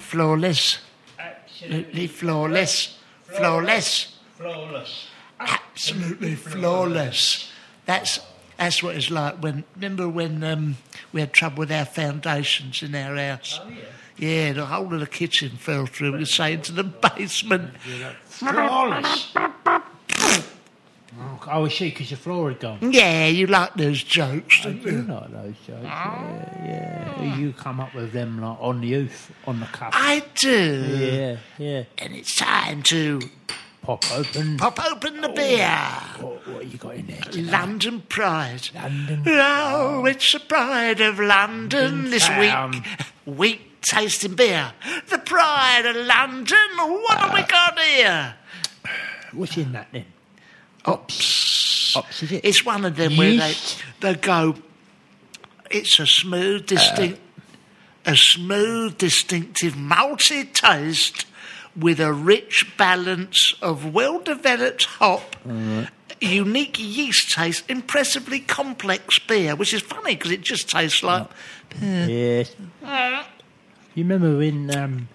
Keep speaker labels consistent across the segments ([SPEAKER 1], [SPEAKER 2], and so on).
[SPEAKER 1] Flawless.
[SPEAKER 2] Absolutely
[SPEAKER 1] Absolutely flawless. Flawless.
[SPEAKER 2] flawless.
[SPEAKER 1] Absolutely flawless. That's that's what it's like when remember when um, we had trouble with our foundations in our house?
[SPEAKER 2] Oh, yeah.
[SPEAKER 1] Yeah, the whole of the kitchen fell through. We were saying to the basement.
[SPEAKER 2] Flawless. oh, I was see, because the floor had gone.
[SPEAKER 1] Yeah, you like those jokes,
[SPEAKER 2] I
[SPEAKER 1] don't
[SPEAKER 2] do
[SPEAKER 1] you?
[SPEAKER 2] like those jokes. Yeah, yeah. You come up with them like on the oof, on the cuff.
[SPEAKER 1] I do.
[SPEAKER 2] Ah. Yeah, yeah.
[SPEAKER 1] And it's time to
[SPEAKER 2] Pop open.
[SPEAKER 1] pop open the beer.
[SPEAKER 2] What, what you got in there?
[SPEAKER 1] London Pride.
[SPEAKER 2] London
[SPEAKER 1] Oh, it's the pride of London this
[SPEAKER 2] town.
[SPEAKER 1] week. Week tasting beer. The pride of London. What have we got here?
[SPEAKER 2] What's in that then?
[SPEAKER 1] Ops.
[SPEAKER 2] Ops, is it?
[SPEAKER 1] It's one of them where they,
[SPEAKER 2] Yeast?
[SPEAKER 1] they go, it's a
[SPEAKER 2] Uh.
[SPEAKER 1] smooth, distinct, a smooth, distinctive multi taste with a rich balance of well developed hop, unique yeast taste, impressively complex beer, which is funny because it just tastes like.
[SPEAKER 2] Yes. You remember when um,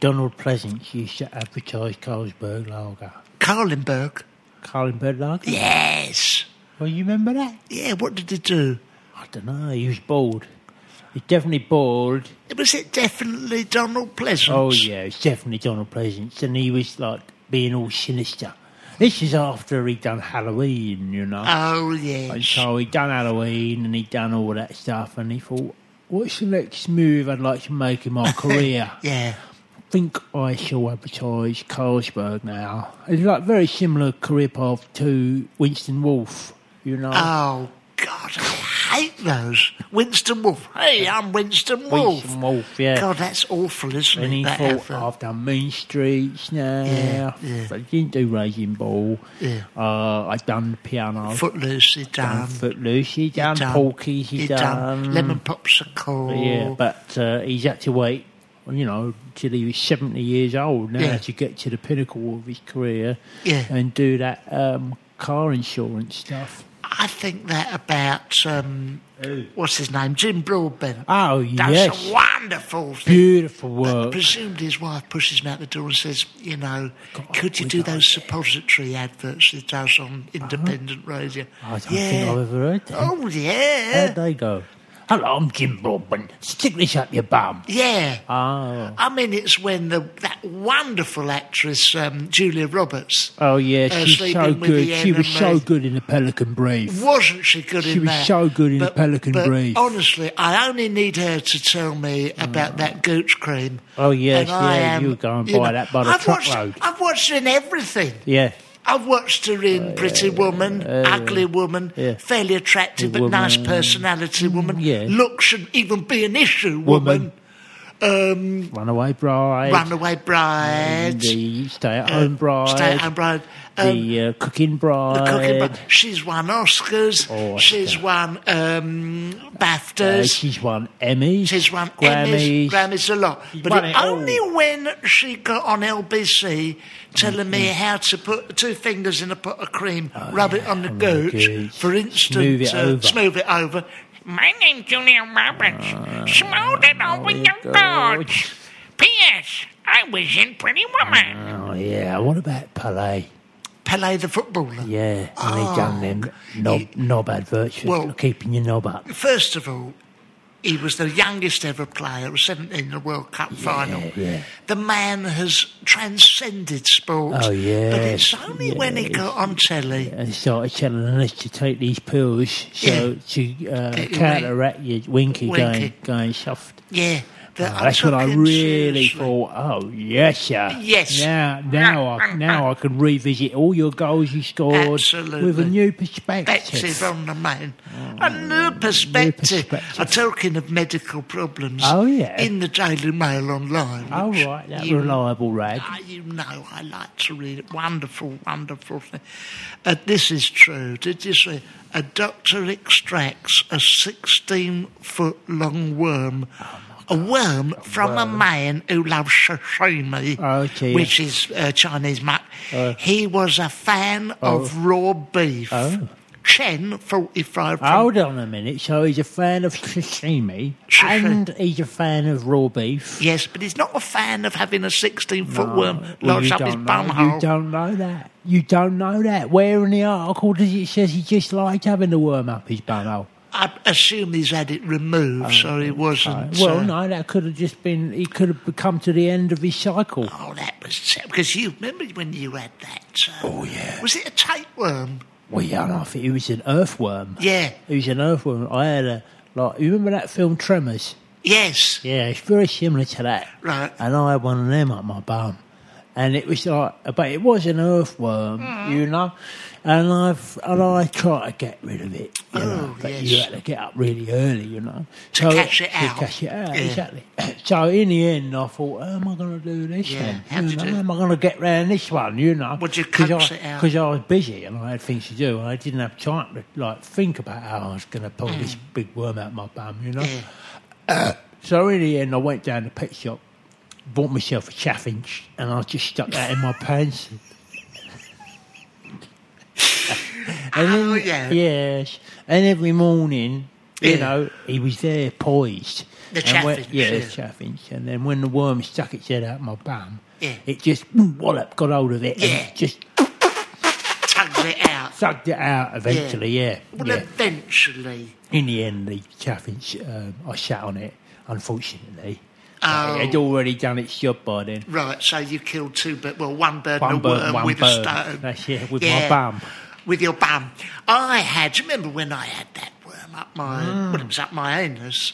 [SPEAKER 2] Donald Pleasance used to advertise Carlsberg Lager?
[SPEAKER 1] Carlenberg.
[SPEAKER 2] Carlsberg Lager?
[SPEAKER 1] Yes.
[SPEAKER 2] Well, you remember that?
[SPEAKER 1] Yeah, what did it do?
[SPEAKER 2] I don't know. He was bald. He's definitely bald.
[SPEAKER 1] Was it definitely Donald Pleasance?
[SPEAKER 2] Oh yeah, it's definitely Donald Pleasance, and he was like being all sinister. This is after he'd done Halloween, you know.
[SPEAKER 1] Oh, yes.
[SPEAKER 2] And so he'd done Halloween and he'd done all that stuff, and he thought, "What's the next move I'd like to make in my career?
[SPEAKER 1] Yeah.
[SPEAKER 2] think I shall advertise Carlsberg now." It's like very similar career path to Winston Wolfe, you know.
[SPEAKER 1] Oh God, I hate those. Winston Wolfe. Hey, I'm Winston Wolfe.
[SPEAKER 2] Winston Wolfe, yeah.
[SPEAKER 1] God, that's awful, isn't
[SPEAKER 2] And
[SPEAKER 1] it?
[SPEAKER 2] he
[SPEAKER 1] that
[SPEAKER 2] thought,
[SPEAKER 1] advert?
[SPEAKER 2] I've done Mean Streets now.
[SPEAKER 1] Yeah, yeah.
[SPEAKER 2] I didn't do Raging Bull.
[SPEAKER 1] Yeah.
[SPEAKER 2] Uh, I've done the piano.
[SPEAKER 1] Footloose, he done.
[SPEAKER 2] done Footloose. He done,
[SPEAKER 1] done.
[SPEAKER 2] Porky. He,
[SPEAKER 1] He
[SPEAKER 2] done.
[SPEAKER 1] Lemon popsicle.
[SPEAKER 2] Yeah, but uh, he's had to wait, you know, till he was 70 years old now
[SPEAKER 1] Yeah.
[SPEAKER 2] to get to the pinnacle of his career
[SPEAKER 1] Yeah.
[SPEAKER 2] and do that um, car insurance stuff.
[SPEAKER 1] I think that about um, what's his name, Jim Broadbent.
[SPEAKER 2] Oh,
[SPEAKER 1] That's
[SPEAKER 2] yes.
[SPEAKER 1] a wonderful thing.
[SPEAKER 2] Beautiful work.
[SPEAKER 1] Presumably, his wife pushes him out the door and says, "You know,
[SPEAKER 2] God,
[SPEAKER 1] could you
[SPEAKER 2] we
[SPEAKER 1] do
[SPEAKER 2] don't- Uh-huh.
[SPEAKER 1] those suppository adverts he does on independent radio?"
[SPEAKER 2] I don't
[SPEAKER 1] yeah.
[SPEAKER 2] think I've ever heard that.
[SPEAKER 1] Oh yeah,
[SPEAKER 2] How'd they go? Hello, I'm Jim Broadbent. Stick this up your bum.
[SPEAKER 1] yeah.
[SPEAKER 2] Oh,
[SPEAKER 1] I mean, it's when the that wonderful actress um, Julia Roberts
[SPEAKER 2] oh yeah,
[SPEAKER 1] Uh,
[SPEAKER 2] she's so
[SPEAKER 1] sleeping with the
[SPEAKER 2] good. She was so
[SPEAKER 1] enemy.
[SPEAKER 2] good in the Pelican Brief.
[SPEAKER 1] wasn't she good in
[SPEAKER 2] was
[SPEAKER 1] that?
[SPEAKER 2] so good in Pelican
[SPEAKER 1] but
[SPEAKER 2] Brief.
[SPEAKER 1] Honestly, I only need her to tell me about that gooch cream.
[SPEAKER 2] Oh, yes,
[SPEAKER 1] And I
[SPEAKER 2] yeah,
[SPEAKER 1] am-
[SPEAKER 2] you go and buy that by the
[SPEAKER 1] I've watched,
[SPEAKER 2] truckload.
[SPEAKER 1] I've watched her in everything.
[SPEAKER 2] Yeah,
[SPEAKER 1] I've watched her in
[SPEAKER 2] Oh,
[SPEAKER 1] Pretty Woman, Ugly Woman,
[SPEAKER 2] yeah.
[SPEAKER 1] fairly attractive but
[SPEAKER 2] Woman. Mm,
[SPEAKER 1] nice personality woman.
[SPEAKER 2] yeah.
[SPEAKER 1] Look shouldn't even be an issue,
[SPEAKER 2] Woman.
[SPEAKER 1] woman. um,
[SPEAKER 2] Runaway Bride.
[SPEAKER 1] Runaway bride.
[SPEAKER 2] the stay-at-home bride,
[SPEAKER 1] Stay-at-home bride. Um,
[SPEAKER 2] the uh, cooking bride,
[SPEAKER 1] Uh, The cooking bu- she's won Oscars.
[SPEAKER 2] Oh, I
[SPEAKER 1] she's
[SPEAKER 2] see.
[SPEAKER 1] won um,
[SPEAKER 2] uh,
[SPEAKER 1] BAFTAs.
[SPEAKER 2] she's won Emmys,
[SPEAKER 1] she's won
[SPEAKER 2] Grammys.
[SPEAKER 1] Emmys. Grammys a lot.
[SPEAKER 2] She's
[SPEAKER 1] but
[SPEAKER 2] won
[SPEAKER 1] it
[SPEAKER 2] it all.
[SPEAKER 1] only when she got on LBC telling me how to put two fingers in a pot of cream,
[SPEAKER 2] Oh,
[SPEAKER 1] rub it on the
[SPEAKER 2] on the
[SPEAKER 1] gooch,
[SPEAKER 2] gooch,
[SPEAKER 1] for instance,
[SPEAKER 2] smooth it
[SPEAKER 1] uh,
[SPEAKER 2] over.
[SPEAKER 1] smooth it over.
[SPEAKER 3] My name's Julia Roberts.
[SPEAKER 2] Uh,
[SPEAKER 3] Smooth it over your gorge. P.S. I was in Pretty Woman.
[SPEAKER 2] Oh yeah, what about Palais?
[SPEAKER 1] Pele the footballer.
[SPEAKER 2] Yeah, and they done them knob, knob adverts for
[SPEAKER 1] Ah, Well-
[SPEAKER 2] keeping your knob up.
[SPEAKER 1] First of all, he was the youngest ever player. He was 17 in the World Cup final.
[SPEAKER 2] yeah.
[SPEAKER 1] The man has transcended sport.
[SPEAKER 2] Oh, yes,
[SPEAKER 1] But it's only when he got on telly.
[SPEAKER 2] And started telling us to take these pills so to uh,
[SPEAKER 1] Get your
[SPEAKER 2] counteract your
[SPEAKER 1] Winky.
[SPEAKER 2] winky, going going soft.
[SPEAKER 1] Yeah. that I
[SPEAKER 2] Ah, That's
[SPEAKER 1] took
[SPEAKER 2] what I
[SPEAKER 1] him
[SPEAKER 2] really
[SPEAKER 1] seriously.
[SPEAKER 2] thought. Oh yes, sir.
[SPEAKER 1] Yes.
[SPEAKER 2] Now, now, I, now I can revisit all your goals you scored with
[SPEAKER 1] Absolutely.
[SPEAKER 2] a new perspective.
[SPEAKER 1] perspective on the man. A new perspective.
[SPEAKER 2] Oh, perspective.
[SPEAKER 1] I'm talking of medical problems.
[SPEAKER 2] Oh, yeah.
[SPEAKER 1] In the Daily Mail online.
[SPEAKER 2] All
[SPEAKER 1] which
[SPEAKER 2] right, that
[SPEAKER 1] you-
[SPEAKER 2] reliable rag.
[SPEAKER 1] Ah, you know, I like to read it. Wonderful, wonderful thing. Uh, this is true. Did you see? A doctor extracts a 16 foot long worm,
[SPEAKER 2] Oh,
[SPEAKER 1] a worm from a man who loves sashimi,
[SPEAKER 2] Oh, dear.
[SPEAKER 1] which is uh, Chinese mutton.
[SPEAKER 2] Uh,
[SPEAKER 1] he was a fan
[SPEAKER 2] oh.
[SPEAKER 1] of raw beef. Chen, 45. from-
[SPEAKER 2] Hold on a minute. So he's a fan of sashimi,
[SPEAKER 1] Sashimi.
[SPEAKER 2] and he's a fan of raw beef.
[SPEAKER 1] Yes, but he's not a fan of having a 16 foot worm
[SPEAKER 2] Well,
[SPEAKER 1] lodged
[SPEAKER 2] you
[SPEAKER 1] up his
[SPEAKER 2] don't know-
[SPEAKER 1] bum
[SPEAKER 2] You
[SPEAKER 1] hole.
[SPEAKER 2] don't know that. You don't know that. Where in the article does it says he just liked having the worm up his bumhole?
[SPEAKER 1] I assume he's had it removed, so he wasn't.
[SPEAKER 2] Oh, Well,
[SPEAKER 1] uh,
[SPEAKER 2] no, that could have just been. He could have come to the end of his cycle.
[SPEAKER 1] Oh, that was because you remember when you had that. Uh, oh
[SPEAKER 2] yeah.
[SPEAKER 1] Was it a tapeworm?
[SPEAKER 2] Well, yeah, and I think it was an earthworm.
[SPEAKER 1] Yeah.
[SPEAKER 2] It was an earthworm. I had a like. You remember that film Tremors?
[SPEAKER 1] Yes.
[SPEAKER 2] Yeah, it's very similar to that.
[SPEAKER 1] Right.
[SPEAKER 2] And I had one of them up my bum. And it was like, but it was an earthworm,
[SPEAKER 1] Mm.
[SPEAKER 2] you know. And I've and I try to get rid of it, you know.
[SPEAKER 1] Oh,
[SPEAKER 2] But
[SPEAKER 1] yes.
[SPEAKER 2] you had to get up really early, you know,
[SPEAKER 1] To catch it
[SPEAKER 2] to
[SPEAKER 1] out.
[SPEAKER 2] catch it out,
[SPEAKER 1] Yeah.
[SPEAKER 2] exactly. so in the end, I thought, how am I going to do this?
[SPEAKER 1] Yeah,
[SPEAKER 2] Then?
[SPEAKER 1] how'd you
[SPEAKER 2] know,
[SPEAKER 1] do it?
[SPEAKER 2] How am I going to get round this one? You know,
[SPEAKER 1] Would you coax it out?
[SPEAKER 2] Because I was busy and I had things to do, and I didn't have time to like think about how I was going to pull this big worm out my bum, you know.
[SPEAKER 1] Mm. Yeah.
[SPEAKER 2] So in the end, I went down to the pet shop, bought myself a chaffinch, and I just stuck that in my pants. and then,
[SPEAKER 1] Oh, yeah.
[SPEAKER 2] Yes. And every morning, you
[SPEAKER 1] Yeah.
[SPEAKER 2] know, he was there poised.
[SPEAKER 1] The
[SPEAKER 2] And when-
[SPEAKER 1] chaffinch,
[SPEAKER 2] yeah,
[SPEAKER 1] yeah.
[SPEAKER 2] the chaffinch. And then when the worm stuck its head out my bum,
[SPEAKER 1] Yeah.
[SPEAKER 2] it just wallop got hold of it and
[SPEAKER 1] Yeah.
[SPEAKER 2] just
[SPEAKER 1] Tugged it out.
[SPEAKER 2] sucked it out eventually, yeah.
[SPEAKER 1] Well,
[SPEAKER 2] yeah.
[SPEAKER 1] eventually.
[SPEAKER 2] In the end, the chaffinch, um, I sat on it, unfortunately.
[SPEAKER 1] Oh.
[SPEAKER 2] It had already done its job by then.
[SPEAKER 1] Right, so you killed two birds. Well, one bird
[SPEAKER 2] One
[SPEAKER 1] and a
[SPEAKER 2] bird,
[SPEAKER 1] worm
[SPEAKER 2] one
[SPEAKER 1] with
[SPEAKER 2] bird.
[SPEAKER 1] a stone.
[SPEAKER 2] That's it, with my bum.
[SPEAKER 1] With your bum. I had, do you remember when I had that worm up my,
[SPEAKER 2] Ah.
[SPEAKER 1] well, it was up my anus,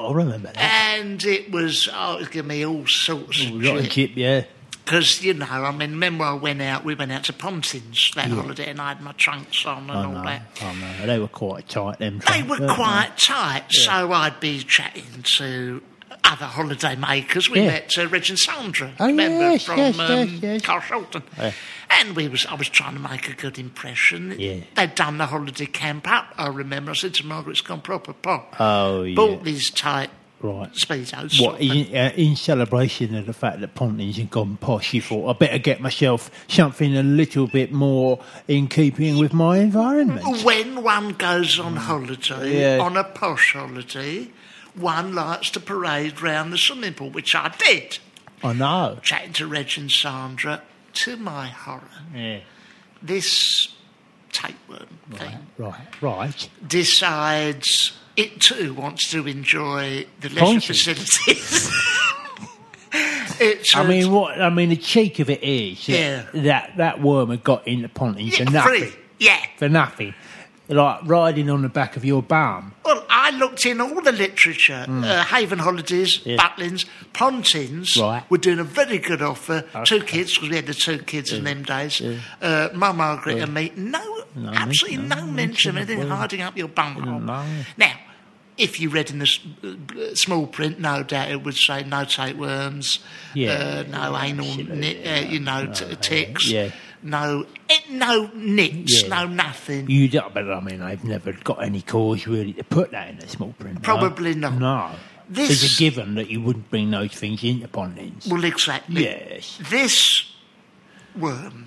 [SPEAKER 2] I remember that.
[SPEAKER 1] and it was, oh, it was giving me all sorts
[SPEAKER 2] We
[SPEAKER 1] of
[SPEAKER 2] got a
[SPEAKER 1] shit.
[SPEAKER 2] chip, yeah.
[SPEAKER 1] Because, you know, I mean, remember I went out, we went out to Pontins that holiday and I had my trunks on and
[SPEAKER 2] I
[SPEAKER 1] all
[SPEAKER 2] know,
[SPEAKER 1] that.
[SPEAKER 2] I know. They were quite tight, them uh,
[SPEAKER 1] They
[SPEAKER 2] trunks,
[SPEAKER 1] were
[SPEAKER 2] weren't
[SPEAKER 1] quite tight, so I'd be chatting to other holiday makers. We
[SPEAKER 2] Yeah.
[SPEAKER 1] met uh, Reg and Sandra,
[SPEAKER 2] Oh,
[SPEAKER 1] remember,
[SPEAKER 2] yes,
[SPEAKER 1] from
[SPEAKER 2] yes,
[SPEAKER 1] um,
[SPEAKER 2] yes, yes.
[SPEAKER 1] Carl Shulton.
[SPEAKER 2] Yeah.
[SPEAKER 1] And we was, I was trying to make a good impression.
[SPEAKER 2] Yeah.
[SPEAKER 1] They'd done the holiday camp up, I remember. I said to Margaret, it's gone proper pop.
[SPEAKER 2] Oh, yeah.
[SPEAKER 1] Bought these tight
[SPEAKER 2] Right.
[SPEAKER 1] speedos.
[SPEAKER 2] What, in, uh, in celebration of the fact that Pontins had gone posh, you thought, I better get myself something a little bit more in keeping with my environment.
[SPEAKER 1] When one goes on holiday,
[SPEAKER 2] Mm. Yeah.
[SPEAKER 1] on a posh holiday, one likes to parade round the swimming pool, which I did,
[SPEAKER 2] I know.
[SPEAKER 1] chatting to Reg and Sandra. To my horror,
[SPEAKER 2] Yeah.
[SPEAKER 1] this tapeworm thing
[SPEAKER 2] Right, right.
[SPEAKER 1] decides it too wants to enjoy the leisure
[SPEAKER 2] Conscious.
[SPEAKER 1] facilities. it's
[SPEAKER 2] I mean, what? I mean, the cheek of it is that-
[SPEAKER 1] Yeah.
[SPEAKER 2] that that worm had got into Pontins for
[SPEAKER 1] yeah,
[SPEAKER 2] nothing.
[SPEAKER 1] free. Yeah.
[SPEAKER 2] For nothing, like riding on the back of your bum.
[SPEAKER 1] Well, I looked in all the literature. Uh, Haven Holidays,
[SPEAKER 2] Hmm. Yeah.
[SPEAKER 1] Butlins, Pontins
[SPEAKER 2] Right.
[SPEAKER 1] were doing a very good offer. Two kids, because we had the two kids in them days. Uh, Mum, Margaret, and me. No, absolutely
[SPEAKER 2] no
[SPEAKER 1] no, mention of anything hiding up your bunghole.
[SPEAKER 2] No.
[SPEAKER 1] Now, if you read in the s- uh, small print, no doubt it would say no tapeworms,
[SPEAKER 2] Yeah.
[SPEAKER 1] uh, no anal, ni- uh, you know, t- ticks,
[SPEAKER 2] Yeah.
[SPEAKER 1] no, eh, no nicks,
[SPEAKER 2] Yeah.
[SPEAKER 1] no nothing.
[SPEAKER 2] You don't, but I mean, I've never got any cause really to put that in a small print. no.
[SPEAKER 1] Probably not.
[SPEAKER 2] No.
[SPEAKER 1] This-
[SPEAKER 2] It's a given that you wouldn't bring those things into Pontins.
[SPEAKER 1] Well, exactly.
[SPEAKER 2] yes.
[SPEAKER 1] This worm,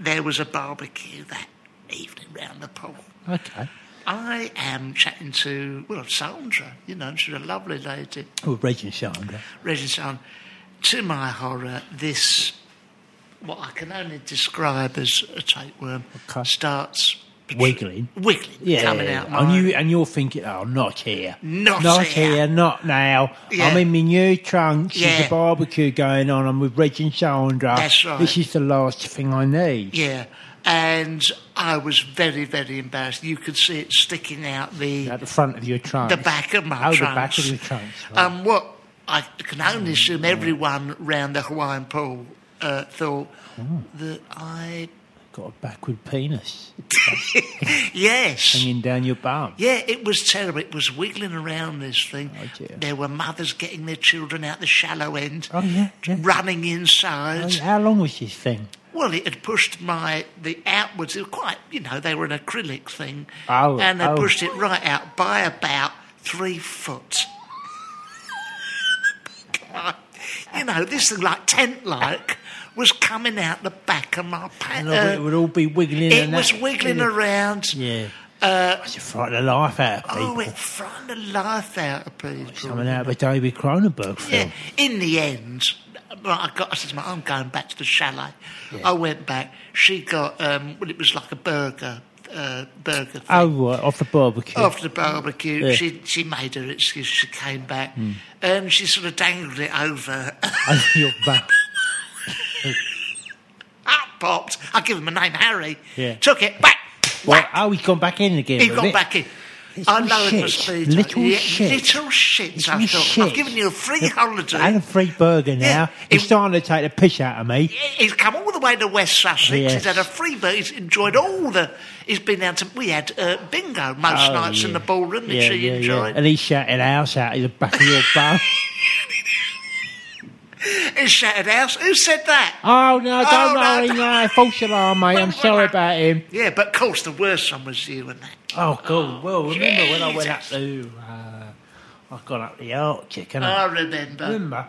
[SPEAKER 1] there was a barbecue that evening round the pool.
[SPEAKER 2] Okay.
[SPEAKER 1] I am chatting to, well, Sandra, you know, she's a lovely lady,
[SPEAKER 2] Well, Reg and Sandra.
[SPEAKER 1] Reggie Sandra. To my horror, this, what I can only describe as a tapeworm,
[SPEAKER 2] Okay.
[SPEAKER 1] starts
[SPEAKER 2] Wiggling.
[SPEAKER 1] wiggling,
[SPEAKER 2] Yeah.
[SPEAKER 1] coming out my
[SPEAKER 2] and you and you're thinking, oh, not here,
[SPEAKER 1] Not
[SPEAKER 2] here,
[SPEAKER 1] here.
[SPEAKER 2] not now.
[SPEAKER 1] Yeah.
[SPEAKER 2] I'm in my new trunks. There's
[SPEAKER 1] Yeah.
[SPEAKER 2] a barbecue going on. I'm with Reg and Sandra.
[SPEAKER 1] That's right.
[SPEAKER 2] This is the last thing I need.
[SPEAKER 1] Yeah, and I was very, very embarrassed. You could see it sticking out the
[SPEAKER 2] At the front of your trunk.
[SPEAKER 1] the back of my
[SPEAKER 2] oh,
[SPEAKER 1] trunks.
[SPEAKER 2] the back of your trunks. Right.
[SPEAKER 1] And what I can only assume everyone round the Hawaiian pool uh, thought
[SPEAKER 2] Hmm.
[SPEAKER 1] that I.
[SPEAKER 2] Got a backward penis
[SPEAKER 1] Yes.
[SPEAKER 2] hanging down your bum.
[SPEAKER 1] Yeah, it was terrible. It was wiggling around this thing.
[SPEAKER 2] Oh, dear.
[SPEAKER 1] there were mothers getting their children out the shallow end,
[SPEAKER 2] Oh, yeah, yeah.
[SPEAKER 1] running inside.
[SPEAKER 2] Oh, How long was this thing?
[SPEAKER 1] Well, it had pushed my the outwards. It was quite, you know, they were an acrylic thing,
[SPEAKER 2] Oh,
[SPEAKER 1] and they
[SPEAKER 2] oh.
[SPEAKER 1] pushed it right out by about three foot. you know, this thing like tent like was coming out the back of my
[SPEAKER 2] And
[SPEAKER 1] pants.
[SPEAKER 2] it would all be wiggling.
[SPEAKER 1] it
[SPEAKER 2] and
[SPEAKER 1] was
[SPEAKER 2] that.
[SPEAKER 1] wiggling around.
[SPEAKER 2] Yeah. Uh, you frighten the life out of
[SPEAKER 1] Oh,
[SPEAKER 2] people.
[SPEAKER 1] it frightened the life out of people.
[SPEAKER 2] Coming out of a David Cronenberg
[SPEAKER 1] Yeah.
[SPEAKER 2] film.
[SPEAKER 1] In the end, right, I got. I said, to my, "I'm going back to the chalet." I went back. She got. Um, well, it was like a burger, uh, burger thing.
[SPEAKER 2] Oh, right, off the barbecue.
[SPEAKER 1] After the barbecue,
[SPEAKER 2] Yeah. Hmm.
[SPEAKER 1] she she made her excuse. She came back, and she sort of dangled it over.
[SPEAKER 2] Over your bum.
[SPEAKER 1] Up popped. I give him a name, Harry.
[SPEAKER 2] Yeah.
[SPEAKER 1] Took it back.
[SPEAKER 2] Well, oh, he's gone back in again.
[SPEAKER 1] He
[SPEAKER 2] with
[SPEAKER 1] got
[SPEAKER 2] it.
[SPEAKER 1] back in.
[SPEAKER 2] Little
[SPEAKER 1] I lowered my
[SPEAKER 2] shit.
[SPEAKER 1] speed.
[SPEAKER 2] Little shit.
[SPEAKER 1] Little shit.
[SPEAKER 2] It's
[SPEAKER 1] I
[SPEAKER 2] me
[SPEAKER 1] thought.
[SPEAKER 2] shit.
[SPEAKER 1] I've given you a free holiday.
[SPEAKER 2] And a free burger now.
[SPEAKER 1] Yeah, it-
[SPEAKER 2] He's starting to take the piss out of me.
[SPEAKER 1] He's come all the way to West Sussex.
[SPEAKER 2] Yes.
[SPEAKER 1] He's had a free bird. He's enjoyed all the. He's been down to. We had uh, bingo most
[SPEAKER 2] Oh,
[SPEAKER 1] nights in
[SPEAKER 2] yeah.
[SPEAKER 1] the ballroom, which he enjoyed.
[SPEAKER 2] And he shouted house out of the back of your bum.
[SPEAKER 1] He shattered house. Who said that?
[SPEAKER 2] Oh, no, don't
[SPEAKER 1] Oh, no,
[SPEAKER 2] worry, no. False alarm, mate. I'm sorry about him.
[SPEAKER 1] Yeah, but of course, the worst one was you and that.
[SPEAKER 2] Oh, God. Well, remember when I went up to... Uh, I got up the Arctic, and
[SPEAKER 1] I
[SPEAKER 2] I
[SPEAKER 1] remember. Mm.
[SPEAKER 2] remember.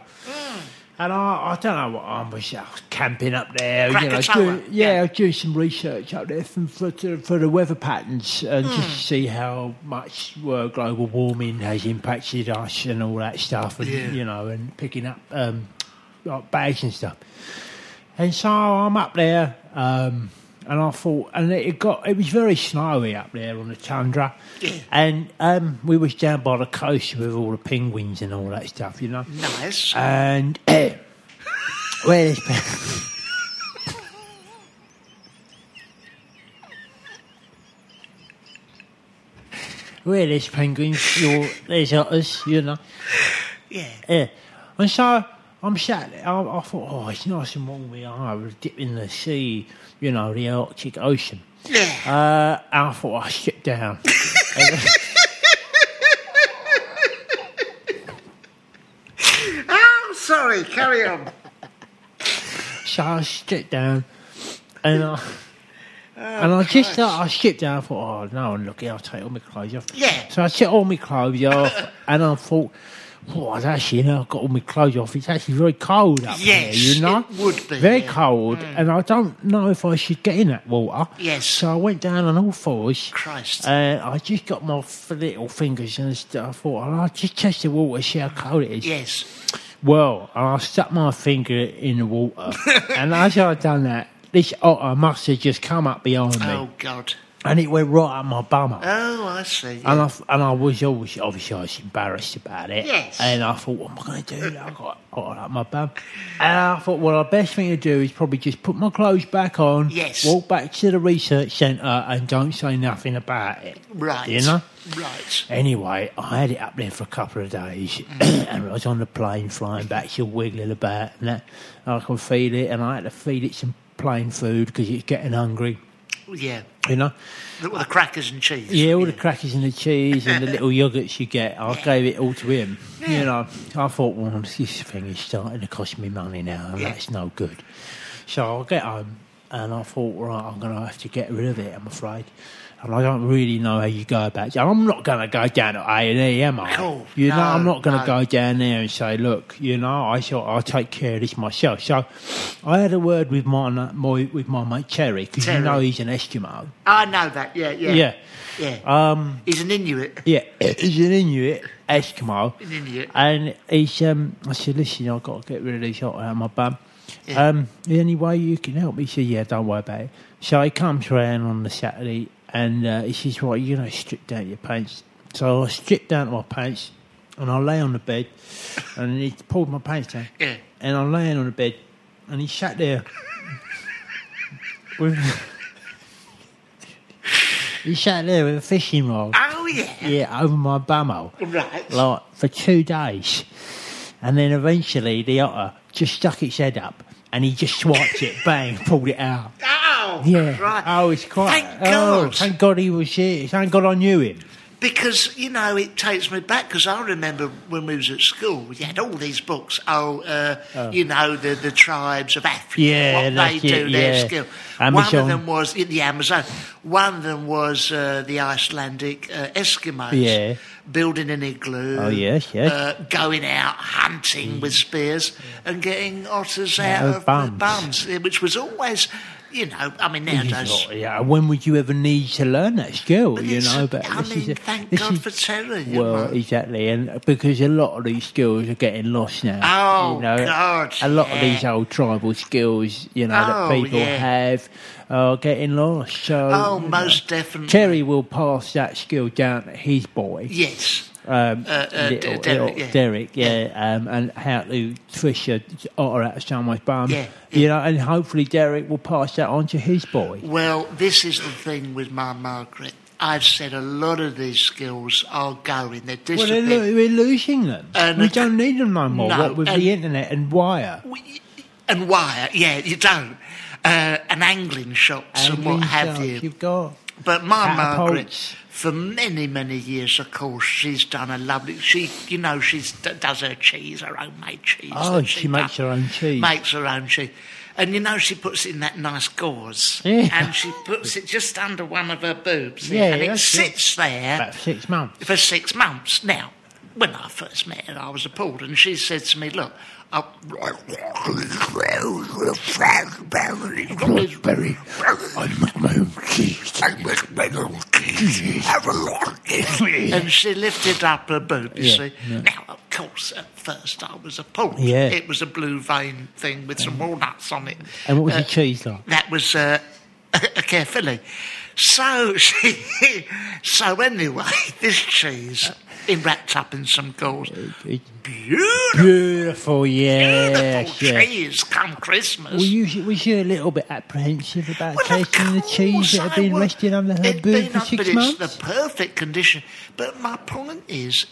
[SPEAKER 2] And I, I don't know what I was, I was camping up there, you know,
[SPEAKER 1] Krakatoa,
[SPEAKER 2] do, yeah, I do some research up there for, for, the- for the weather patterns and just
[SPEAKER 1] Mm.
[SPEAKER 2] to see how much uh, global warming has impacted us and all that stuff, and
[SPEAKER 1] Yeah.
[SPEAKER 2] you know, and picking up um, like bags and stuff. And so I'm up there, um, and I thought, and it got, it was very snowy up there on the tundra, and um, we was down by the coast with all the penguins and all that stuff, you know.
[SPEAKER 1] Nice.
[SPEAKER 2] Uh, And where is where there's penguins, your there's otters, you know.
[SPEAKER 1] yeah.
[SPEAKER 2] Yeah. And so I'm sat there. I, I thought, oh, it's nice and warm we are. We're dipping the sea, you know, the Arctic Ocean.
[SPEAKER 1] Yeah.
[SPEAKER 2] Uh, and I thought I shit down. And then-
[SPEAKER 1] oh, sorry. Carry on.
[SPEAKER 2] So I stripped down, and I
[SPEAKER 1] Oh,
[SPEAKER 2] and I just thought I stripped down. I thought, oh no, look, I'll take all my clothes off.
[SPEAKER 1] Yeah.
[SPEAKER 2] So I took all my clothes off, and I thought, well, it's actually, you know, I've got all my clothes off. It's actually very cold up
[SPEAKER 1] Yes,
[SPEAKER 2] here, you know.
[SPEAKER 1] it would be,
[SPEAKER 2] very
[SPEAKER 1] yeah. Mm.
[SPEAKER 2] cold, and I don't know if I should get in that water.
[SPEAKER 1] Yes.
[SPEAKER 2] So I went down on all fours.
[SPEAKER 1] Christ.
[SPEAKER 2] And I just got my f- little fingers and stuff. I thought, "Oh, I'll just test the water, see how cold it is.
[SPEAKER 1] yes.
[SPEAKER 2] Well, I stuck my finger in the water, and as I done that, this otter must have just come up behind me,
[SPEAKER 1] Oh, God.
[SPEAKER 2] and it went right up my bummer.
[SPEAKER 1] Oh, I see.
[SPEAKER 2] and I, f- and I was always obviously I was embarrassed about it.
[SPEAKER 1] Yes.
[SPEAKER 2] And I thought, what am I going to do? I got otter up my bum. And I thought, well, the best thing to do is probably just put my clothes back on,
[SPEAKER 1] Yes.
[SPEAKER 2] walk back to the research centre, and don't say nothing about it.
[SPEAKER 1] right.
[SPEAKER 2] You know.
[SPEAKER 1] Right.
[SPEAKER 2] Anyway, I had it up there for a couple of days, and I was on the plane flying back, still wiggling about, and that I can feed it, and I had to feed it some plain food because it's getting hungry,
[SPEAKER 1] Yeah.
[SPEAKER 2] you know.
[SPEAKER 1] The, the crackers and cheese.
[SPEAKER 2] Yeah, all the crackers and the cheese and the little yogurts you get, I gave it all to him. You know, I thought, well, this thing is starting to cost me money now, and
[SPEAKER 1] Yeah.
[SPEAKER 2] that's no good. So I get home, and I thought, right, I'm going to have to get rid of it, I'm afraid. And I don't really know how you go about it. I'm not going to go down to A&E, am I?
[SPEAKER 1] Cool.
[SPEAKER 2] You know,
[SPEAKER 1] No,
[SPEAKER 2] I'm not going to
[SPEAKER 1] no.
[SPEAKER 2] go down there and say, look, you know, I thought I'll take care of this myself. So I had a word with my, my with my mate Terry, because you
[SPEAKER 1] Terry.
[SPEAKER 2] know he's an Eskimo.
[SPEAKER 1] I know that. Yeah. Yeah.
[SPEAKER 2] Yeah.
[SPEAKER 1] Yeah.
[SPEAKER 2] Um,
[SPEAKER 1] He's an Inuit.
[SPEAKER 2] yeah, he's an Inuit, Eskimo.
[SPEAKER 1] An Inuit.
[SPEAKER 2] And he's, um, I said, listen, I've got to get rid of these hot out of my bum.
[SPEAKER 1] Yeah.
[SPEAKER 2] Um, any way you can help me? He said, yeah, don't worry about it. So he comes round on the Saturday and uh, he says, right, you're going to strip down your pants. So I stripped down to my pants and I lay on the bed and he pulled my pants down.
[SPEAKER 1] Yeah.
[SPEAKER 2] And I'm laying on the bed and he sat there with... he sat there with a fishing rod
[SPEAKER 1] Oh, yeah.
[SPEAKER 2] yeah, over my bumhole.
[SPEAKER 1] Right.
[SPEAKER 2] Like, for two days. And then eventually the otter just stuck its head up and he just swiped it, bang, pulled it out.
[SPEAKER 1] Oh,
[SPEAKER 2] Yeah.
[SPEAKER 1] Christ.
[SPEAKER 2] Oh, it's quite.
[SPEAKER 1] Thank
[SPEAKER 2] oh,
[SPEAKER 1] God.
[SPEAKER 2] thank God he was here. Thank God I knew him.
[SPEAKER 1] Because, you know, it takes me back because I remember when we was at school, we had all these books. Oh, uh, you know, the, the tribes of Africa,
[SPEAKER 2] Yeah,
[SPEAKER 1] what they
[SPEAKER 2] that's
[SPEAKER 1] do,
[SPEAKER 2] it,
[SPEAKER 1] their
[SPEAKER 2] yeah.
[SPEAKER 1] skill. One of
[SPEAKER 2] Amazon.
[SPEAKER 1] them was in the Amazon. One of them was uh, the Icelandic uh, Eskimos
[SPEAKER 2] Yeah.
[SPEAKER 1] building an igloo.
[SPEAKER 2] Oh, yes, yes.
[SPEAKER 1] Uh, going out hunting with spears and getting otters out
[SPEAKER 2] of
[SPEAKER 1] of
[SPEAKER 2] oh, bums.
[SPEAKER 1] bums, which was always, you know, I mean, nowadays.
[SPEAKER 2] Yeah, when would you ever need to learn that skill?
[SPEAKER 1] But
[SPEAKER 2] you
[SPEAKER 1] it's-
[SPEAKER 2] know, but
[SPEAKER 1] I
[SPEAKER 2] this
[SPEAKER 1] mean,
[SPEAKER 2] is a-
[SPEAKER 1] thank
[SPEAKER 2] this
[SPEAKER 1] God
[SPEAKER 2] is-
[SPEAKER 1] for terror. you
[SPEAKER 2] Well,
[SPEAKER 1] know.
[SPEAKER 2] exactly, and because a lot of these skills are getting lost now.
[SPEAKER 1] Oh,
[SPEAKER 2] you know,
[SPEAKER 1] God,
[SPEAKER 2] A lot
[SPEAKER 1] yeah.
[SPEAKER 2] of these old tribal skills, you know,
[SPEAKER 1] Oh,
[SPEAKER 2] that people
[SPEAKER 1] yeah.
[SPEAKER 2] have are getting lost. So,
[SPEAKER 1] Oh,
[SPEAKER 2] you know,
[SPEAKER 1] most definitely.
[SPEAKER 2] Terry will pass that skill down to his boy.
[SPEAKER 1] Yes.
[SPEAKER 2] um,
[SPEAKER 1] Uh, uh,
[SPEAKER 2] little-
[SPEAKER 1] D- Derek,
[SPEAKER 2] little
[SPEAKER 1] yeah.
[SPEAKER 2] Derek, yeah, um, and how to fish a otter out of someone's bum,
[SPEAKER 1] Yeah,
[SPEAKER 2] you know, and hopefully Derek will pass that on to his boy.
[SPEAKER 1] Well, this is the thing with my Margaret. I've said a lot of these skills are going. They're
[SPEAKER 2] Well, they're,
[SPEAKER 1] disappearing.
[SPEAKER 2] lo- we're losing them.
[SPEAKER 1] And-
[SPEAKER 2] we don't need them no more.
[SPEAKER 1] No,
[SPEAKER 2] what with
[SPEAKER 1] and-
[SPEAKER 2] the internet and wire.
[SPEAKER 1] We- and wire, yeah, you don't. Uh, and angling shops and, what
[SPEAKER 2] these
[SPEAKER 1] have
[SPEAKER 2] jobs
[SPEAKER 1] you.
[SPEAKER 2] You've got.
[SPEAKER 1] But my Margaret,
[SPEAKER 2] Catapults.
[SPEAKER 1] for many, many years, of course, she's done a lovely. She, you know, she d- does her cheese, her homemade cheese.
[SPEAKER 2] Oh,
[SPEAKER 1] that
[SPEAKER 2] she makes
[SPEAKER 1] does.
[SPEAKER 2] her own cheese.
[SPEAKER 1] Makes her own cheese, and you know, she puts it in that nice gauze,
[SPEAKER 2] Yeah.
[SPEAKER 1] and she puts it just under one of her boobs,
[SPEAKER 2] Yeah,
[SPEAKER 1] and it
[SPEAKER 2] that's it.
[SPEAKER 1] sits there
[SPEAKER 2] About six months.
[SPEAKER 1] for six months. Now, when I first met her, I was appalled, and she said to me, "Look." I- and she lifted up her boob, you
[SPEAKER 2] Yeah,
[SPEAKER 1] see. Now, of course, at first I was appalled.
[SPEAKER 2] Yeah.
[SPEAKER 1] It was a blue vein thing with some walnuts on it.
[SPEAKER 2] And what was
[SPEAKER 1] Uh,
[SPEAKER 2] the cheese like?
[SPEAKER 1] that was uh, a carefully. So, she, so anyway, this cheese, in wrapped up in some gauze, beautiful,
[SPEAKER 2] Beautiful, yes,
[SPEAKER 1] beautiful
[SPEAKER 2] yes.
[SPEAKER 1] cheese. Come Christmas.
[SPEAKER 2] Were you, was you a little bit apprehensive about
[SPEAKER 1] Well, of
[SPEAKER 2] tasting the cheese
[SPEAKER 1] course
[SPEAKER 2] that had
[SPEAKER 1] I
[SPEAKER 2] been
[SPEAKER 1] would.
[SPEAKER 2] resting under her
[SPEAKER 1] It'd
[SPEAKER 2] boob
[SPEAKER 1] been
[SPEAKER 2] for
[SPEAKER 1] up-
[SPEAKER 2] six
[SPEAKER 1] but
[SPEAKER 2] months?
[SPEAKER 1] It's the perfect condition. But my point is,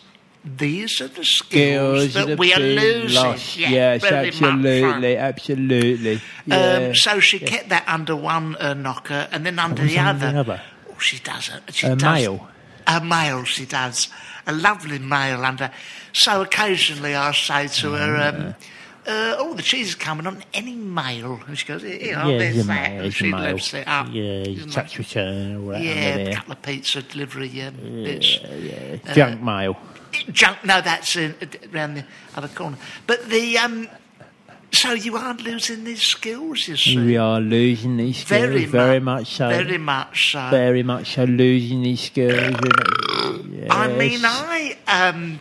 [SPEAKER 1] these are the skills that
[SPEAKER 2] that
[SPEAKER 1] we are
[SPEAKER 2] have been
[SPEAKER 1] losing.
[SPEAKER 2] lost.
[SPEAKER 1] Yeah,
[SPEAKER 2] yes,
[SPEAKER 1] very much so.
[SPEAKER 2] absolutely, absolutely. Yeah.
[SPEAKER 1] Um, so she kept that under one uh, knocker and then under
[SPEAKER 2] What's
[SPEAKER 1] the
[SPEAKER 2] under
[SPEAKER 1] other.
[SPEAKER 2] the other?
[SPEAKER 1] Oh, she does it. She
[SPEAKER 2] A
[SPEAKER 1] does,
[SPEAKER 2] male?
[SPEAKER 1] A male, she does. A lovely male under. So occasionally I say to her, um, uh, oh, the cheese is coming on any male. And she goes, here, yeah,
[SPEAKER 2] yeah,
[SPEAKER 1] there's
[SPEAKER 2] it's a
[SPEAKER 1] that.
[SPEAKER 2] male,
[SPEAKER 1] and
[SPEAKER 2] it's a
[SPEAKER 1] she
[SPEAKER 2] male.
[SPEAKER 1] lifts it up.
[SPEAKER 2] Yeah,
[SPEAKER 1] you
[SPEAKER 2] you
[SPEAKER 1] know.
[SPEAKER 2] touch return, all that
[SPEAKER 1] Yeah, Uh,
[SPEAKER 2] under
[SPEAKER 1] a
[SPEAKER 2] there.
[SPEAKER 1] couple of pizza delivery um, bits.
[SPEAKER 2] Yeah, junk mail.
[SPEAKER 1] Junk, no, that's in, around the other corner. But the, um, so you are losing these skills, you see.
[SPEAKER 2] We are losing these skills,
[SPEAKER 1] Very
[SPEAKER 2] very,
[SPEAKER 1] mu-
[SPEAKER 2] much so.
[SPEAKER 1] Very
[SPEAKER 2] Very,
[SPEAKER 1] much so.
[SPEAKER 2] much so losing these skills.
[SPEAKER 1] I mean,
[SPEAKER 2] Yes.
[SPEAKER 1] I um,